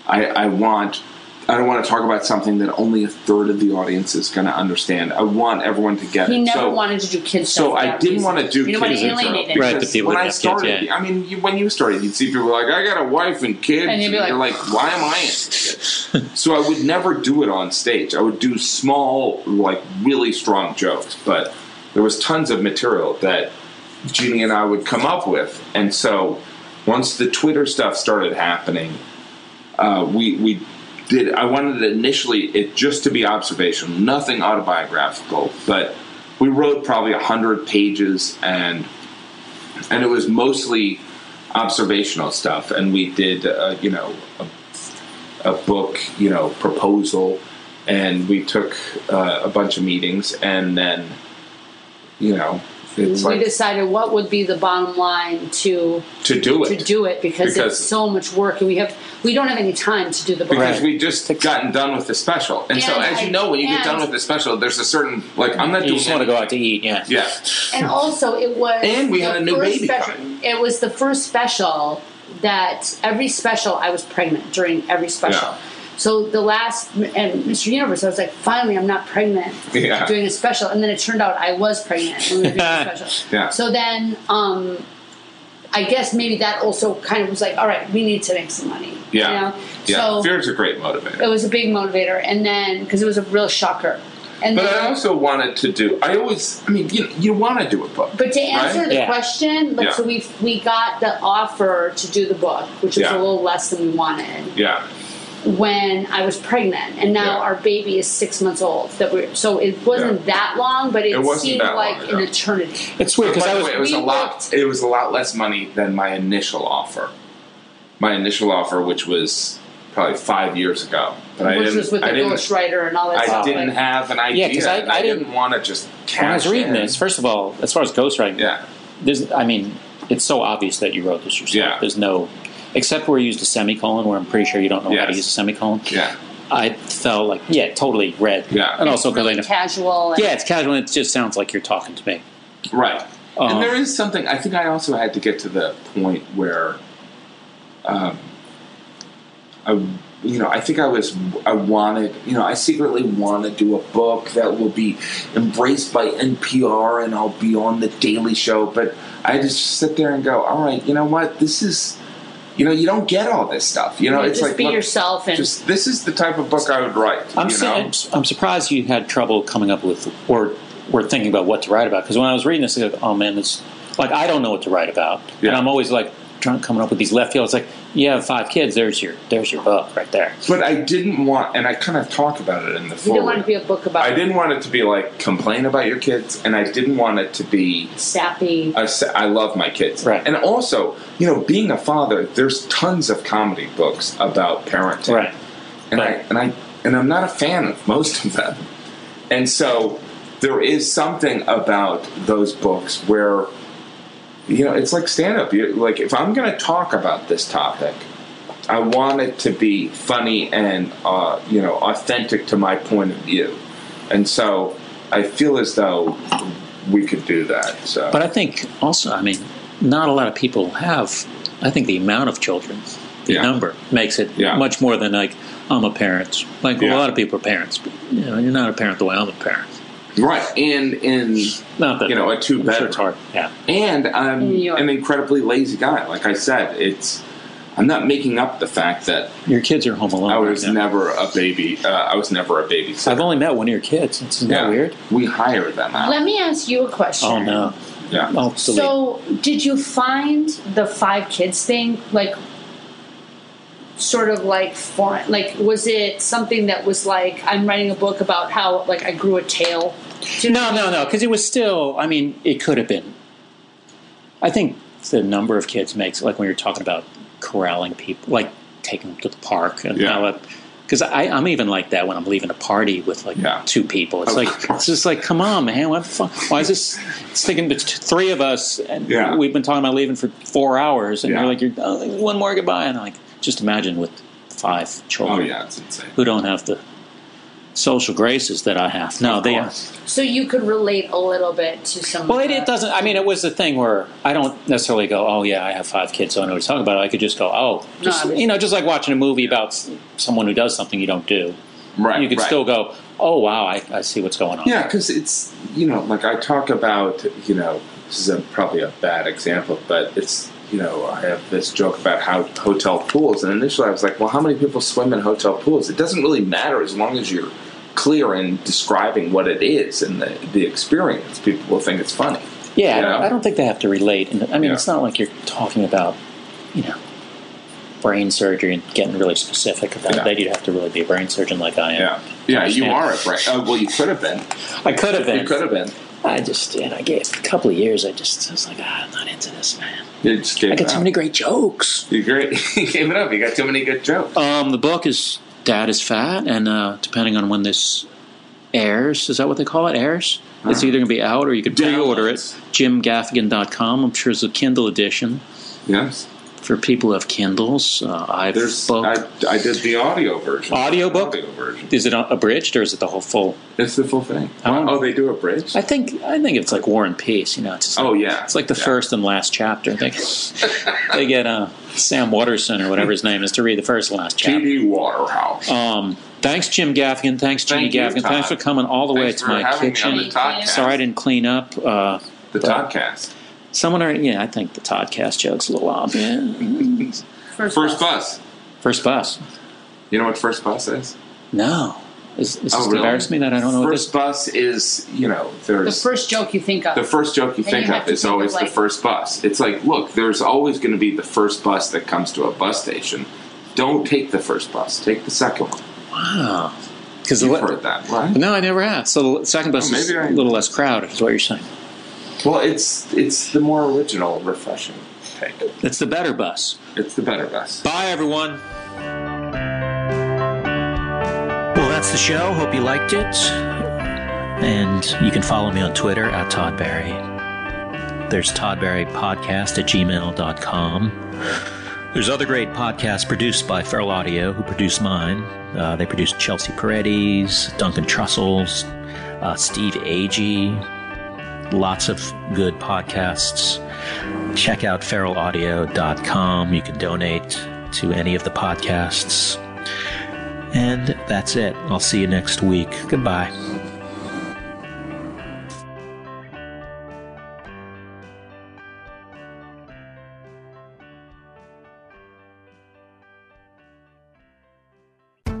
D: I, I want. I don't want to talk about something that only a third of the audience is going to understand. I want everyone to get
C: He
D: it.
C: never
D: So-
C: wanted to do kids.
D: so
C: stuff for
D: I
C: that
D: didn't
C: reason.
D: want to do
C: You don't
D: kids
C: want to
D: intro
C: alienate
D: because
C: anyone.
B: Right, the people
D: when
B: that
D: I
B: have kids,
D: started,
B: yeah.
D: I mean, you, when you started, you'd see people like, "I got a wife and kids,"
C: And you'd be like-
D: you're like, "Why am I?" in this?" so I would never do it on stage. I would do small, like really strong jokes, but there was tons of material that Jeannie and I would come up with, and so once the Twitter stuff started happening, uh, we we did. I wanted it initially it just to be observational, nothing autobiographical, but we wrote probably hundred pages, and and it was mostly observational stuff, and we did uh, you know. A, a book, you know, proposal, and we took uh, a bunch of meetings, and then, you know, it's
C: we
D: like
C: decided what would be the bottom line to
D: to do it
C: to do it because,
D: Because-
C: it's so much work and we have we don't have any time to do the book.
D: because
B: Right.
D: we just gotten done with the special, and so
C: And
D: as
C: I-
D: you know, when you get done
C: and-
D: with the special, there's a certain like I'm not
B: You
D: doing
B: just want to go out to eat, yeah.
D: yeah.
C: And also, it was
D: And we
C: the
D: had a new
C: first
D: baby
C: special-
D: coming.
C: It was the first special that every special I was pregnant during every special.
D: Yeah.
C: So the last and Mr. Universe, I was like, finally, I'm not pregnant
D: Yeah.
C: doing a special, and then it turned out I was pregnant when we were doing the special.
D: Yeah.
C: So then, um, I guess maybe that also kind of was like, all right, we need to make some money.
D: Yeah.
C: You know?
D: Yeah.
C: So
D: Fear's a great motivator.
C: it was a big motivator, and then because it was a real shocker, and
D: But
C: then,
D: I also wanted to do. I always. I mean, you you want to do a book.
C: But to answer
D: right?
C: the
B: Yeah.
C: question, like,
D: Yeah.
C: so we we got the offer to do the book, which was
D: Yeah.
C: a little less than we wanted
D: yeah,
C: when I was pregnant, and now
D: Yeah.
C: our baby is six months old. That we are so it wasn't
D: Yeah.
C: that long, but it,
D: It wasn't
C: seemed
D: that
C: like
D: long,
C: an
D: yeah.
C: eternity.
B: It's weird because
D: By
B: I
D: the
B: was
D: way, it was
C: we
D: a lot.
C: worked-
D: It was a lot less money than my initial offer. My initial offer, which was probably five years ago, but I
C: Which
D: didn't.
C: was with the
D: I didn't.
C: ghostwriter and all that
D: I
C: stuff.
D: didn't
C: like-
D: have an idea.
B: 'cause I-
D: and
B: I
D: I didn't,
B: didn't-
D: want to just. Cash
B: when I was reading
D: in.
B: this, first of all, as far as ghostwriting,
D: Yeah.
B: there's, I mean, it's so obvious that you wrote this yourself.
D: Yeah.
B: There's no, except where you used a semicolon, where I'm pretty sure you don't know how to
D: Yes.
B: use a semicolon.
D: Yeah.
B: I felt like, yeah, totally read.
D: Yeah.
B: And also because I
C: really
B: know.
C: casual. and-
B: Yeah, it's casual and it just sounds like you're talking to me.
D: Right.
B: Um,
D: and there is something. I think I also had to get to the point where, um, I, you know, I think I was, I wanted, you know, I secretly want to do a book that will be embraced by NPR and I'll be on the Daily Show. But I just sit there and go, all right, you know what? This is, you know, you don't get all this stuff. You know,
C: You
D: it's
C: just
D: like
C: be
D: look,
C: yourself and
D: Just this is the type of book I would write.
B: I'm,
D: you
B: su-
D: know?
B: I'm, su- I'm surprised you had trouble coming up with or or thinking about what to write about because when I was reading this, I was like, oh man, it's like I don't know what to write about, and
D: Yeah.
B: I'm always like trying coming up with these left fields. Like, you have five kids. There's your there's your book right there.
D: but I didn't want, and I kind of talk about it in the
C: you
D: forward.
C: didn't want it to be a book about
D: I didn't want it to be like complain about your kids, and I didn't want it to be.
C: sappy.
D: I s- I love my kids,
B: Right.
D: and also, you know, being a father, there's tons of comedy books about parenting,
B: Right.
D: And I
B: Right.
D: and I and I'm not a fan of most of them, and so there is something about those books where, you know, it's like stand up. You like if I'm going to talk about this topic, I want it to be funny and uh, you know authentic to my point of view, and so I feel as though we could do that. So,
B: But I think also, I mean, not a lot of people have. I think the amount of children, the
D: Yeah.
B: number, makes it
D: Yeah.
B: much more than like I'm a parent. Like
D: Yeah.
B: a lot of people are parents. But, you know, you're not a parent the way I'm a parent.
D: right, and in
B: Not that
D: You know, a two
B: I'm sure it's
D: bedroom.
B: hard. Yeah.
D: and I'm
C: In New York.
D: an incredibly lazy guy. Like I said, it's I'm not making up the fact that
B: Your kids are home alone.
D: I
B: right
D: was
B: now.
D: never a baby. Uh, I was never a babysitter.
B: I've only met one of your kids. Isn't that weird?
D: We hire them out.
C: Let me ask you a question.
B: Oh no.
D: yeah.
B: I'll delete.
C: So, did you find the five kids thing like sort of like foreign? Like, was it something that was like I'm writing a book about how like I grew a tail? Do you know
B: no,
C: what I
B: no,
C: mean?
B: no. Because it was still. I mean, it could have been. I think the number of kids makes like when you're talking about corralling people, like taking them to the park and
D: Yeah.
B: how. Because I'm even like that when I'm leaving a party with like
D: Yeah.
B: two people. It's like it's just like, come on, man, what the fuck? Why is this? It's thinking it's three of us, and
D: Yeah.
B: we've been talking about leaving for four hours, and
D: Yeah.
B: you're like, you're oh, one more goodbye, and like just imagine with five
D: Oh
B: children.
D: yeah, it's insane.
B: who don't have the social graces that I have. No,
D: Of
B: they are.
D: course.
C: So you could relate a little bit to some.
B: Well,
C: of
B: it,
C: the-
B: it doesn't. I mean, it was the thing where I don't necessarily go, "Oh yeah, I have five kids, so I know what to talk about." I could just go, "Oh,
C: No,
B: just,
C: I mean-
B: you know, just like watching a movie about s- someone who does something you don't do."
D: Right.
B: you could
D: right.
B: still go, "Oh wow, I, I see what's going on."
D: Yeah, because it's you know, like I talk about you know, this is a, probably a bad example, but it's you know, I have this joke about how hotel pools, and initially I was like, well, how many people swim in hotel pools? It doesn't really matter as long as you're clear in describing what it is and the the experience. People will think it's funny.
B: yeah. I
D: You
B: don't-
D: know?
B: I don't think they have to relate. And I mean,
D: Yeah.
B: it's not like you're talking about, you know, brain surgery and getting really specific about
D: Yeah.
B: that. You'd have to really be a brain surgeon like I am.
D: Yeah, yeah, you
B: Understand.
D: are a brain. Uh, well, you could have been.
B: I could have been.
D: You could have been.
B: I just, and I get a couple of years. I just, I was like, ah, I'm not into this, man.
D: You just gave
B: I got
D: up.
B: so many great jokes.
D: You great. you gave it up. You got too many good jokes.
B: Um, the book is "Dad is Fat," and uh, depending on when this airs, is that what they call it? Airs.
D: Uh-huh.
B: It's either going to be out or you could pre-order it. JimGaffigan.com. I'm sure it's a Kindle edition
D: Yes.
B: for people who have Kindles. Uh, I've
D: There's.
B: book.
D: I, I did the audio version.
B: Audiobook?
D: Audio version.
B: is it abridged or is it the whole full?
D: It's the full thing.
B: I don't-
D: Oh, they do a bridge.
B: I think I think it's like War and Peace. You know, it's just
D: Oh yeah.
B: It's like the
D: Yeah.
B: first and last chapter. They, they get uh, Sam Waterson or whatever his name is to read the first and last chapter.
D: P.D. Waterhouse.
B: Um, thanks, Jim Gaffigan. Thanks, Jimmy
D: Thank you,
B: Gaffigan. Thanks for
D: Todd.
B: coming all the
D: Thanks
B: way
D: for
B: to my
D: having
B: kitchen.
D: me on the Toddcast.
B: Sorry I didn't clean up. Uh,
D: The Toddcast.
B: someone already, yeah, I think the Toddcast joke's a little off. Yeah.
C: First,
D: First
C: bus.
D: bus.
B: First bus.
D: You know what first bus is?
B: No. Is, is this
D: Oh, really?
B: embarrassed me that I don't know
D: First bus is you know
C: The
D: there's
C: first joke you think of.
D: the first joke you
C: Then you
D: think
C: have
D: of
C: to
D: is
C: think of,
D: always
C: like-
D: the first bus. It's like, look, there's always going to be the first bus that comes to a bus station. Don't take the first bus. Take the second one.
B: this? Because
D: You've heard that, right?
B: Oh. No, I never have. So the second bus
D: Oh,
B: is
D: maybe I-
B: a little less crowded, is what you're saying.
D: Well, it's it's the more original, refreshing take.
B: It's the better bus.
D: It's the better bus.
B: Bye, everyone.
F: Well, that's the show. Hope you liked it. And you can follow me on Twitter at Todd Barry. There's Todd Barry Podcast at gmail.com. There's other great podcasts produced by Feral Audio, who produced mine. Uh, they produced Chelsea Paredes, Duncan Trussell's, uh, Steve Agee. Lots of good podcasts check out feralaudio.com. You can donate to any of the podcasts. And that's it. I'll see you next week. Goodbye.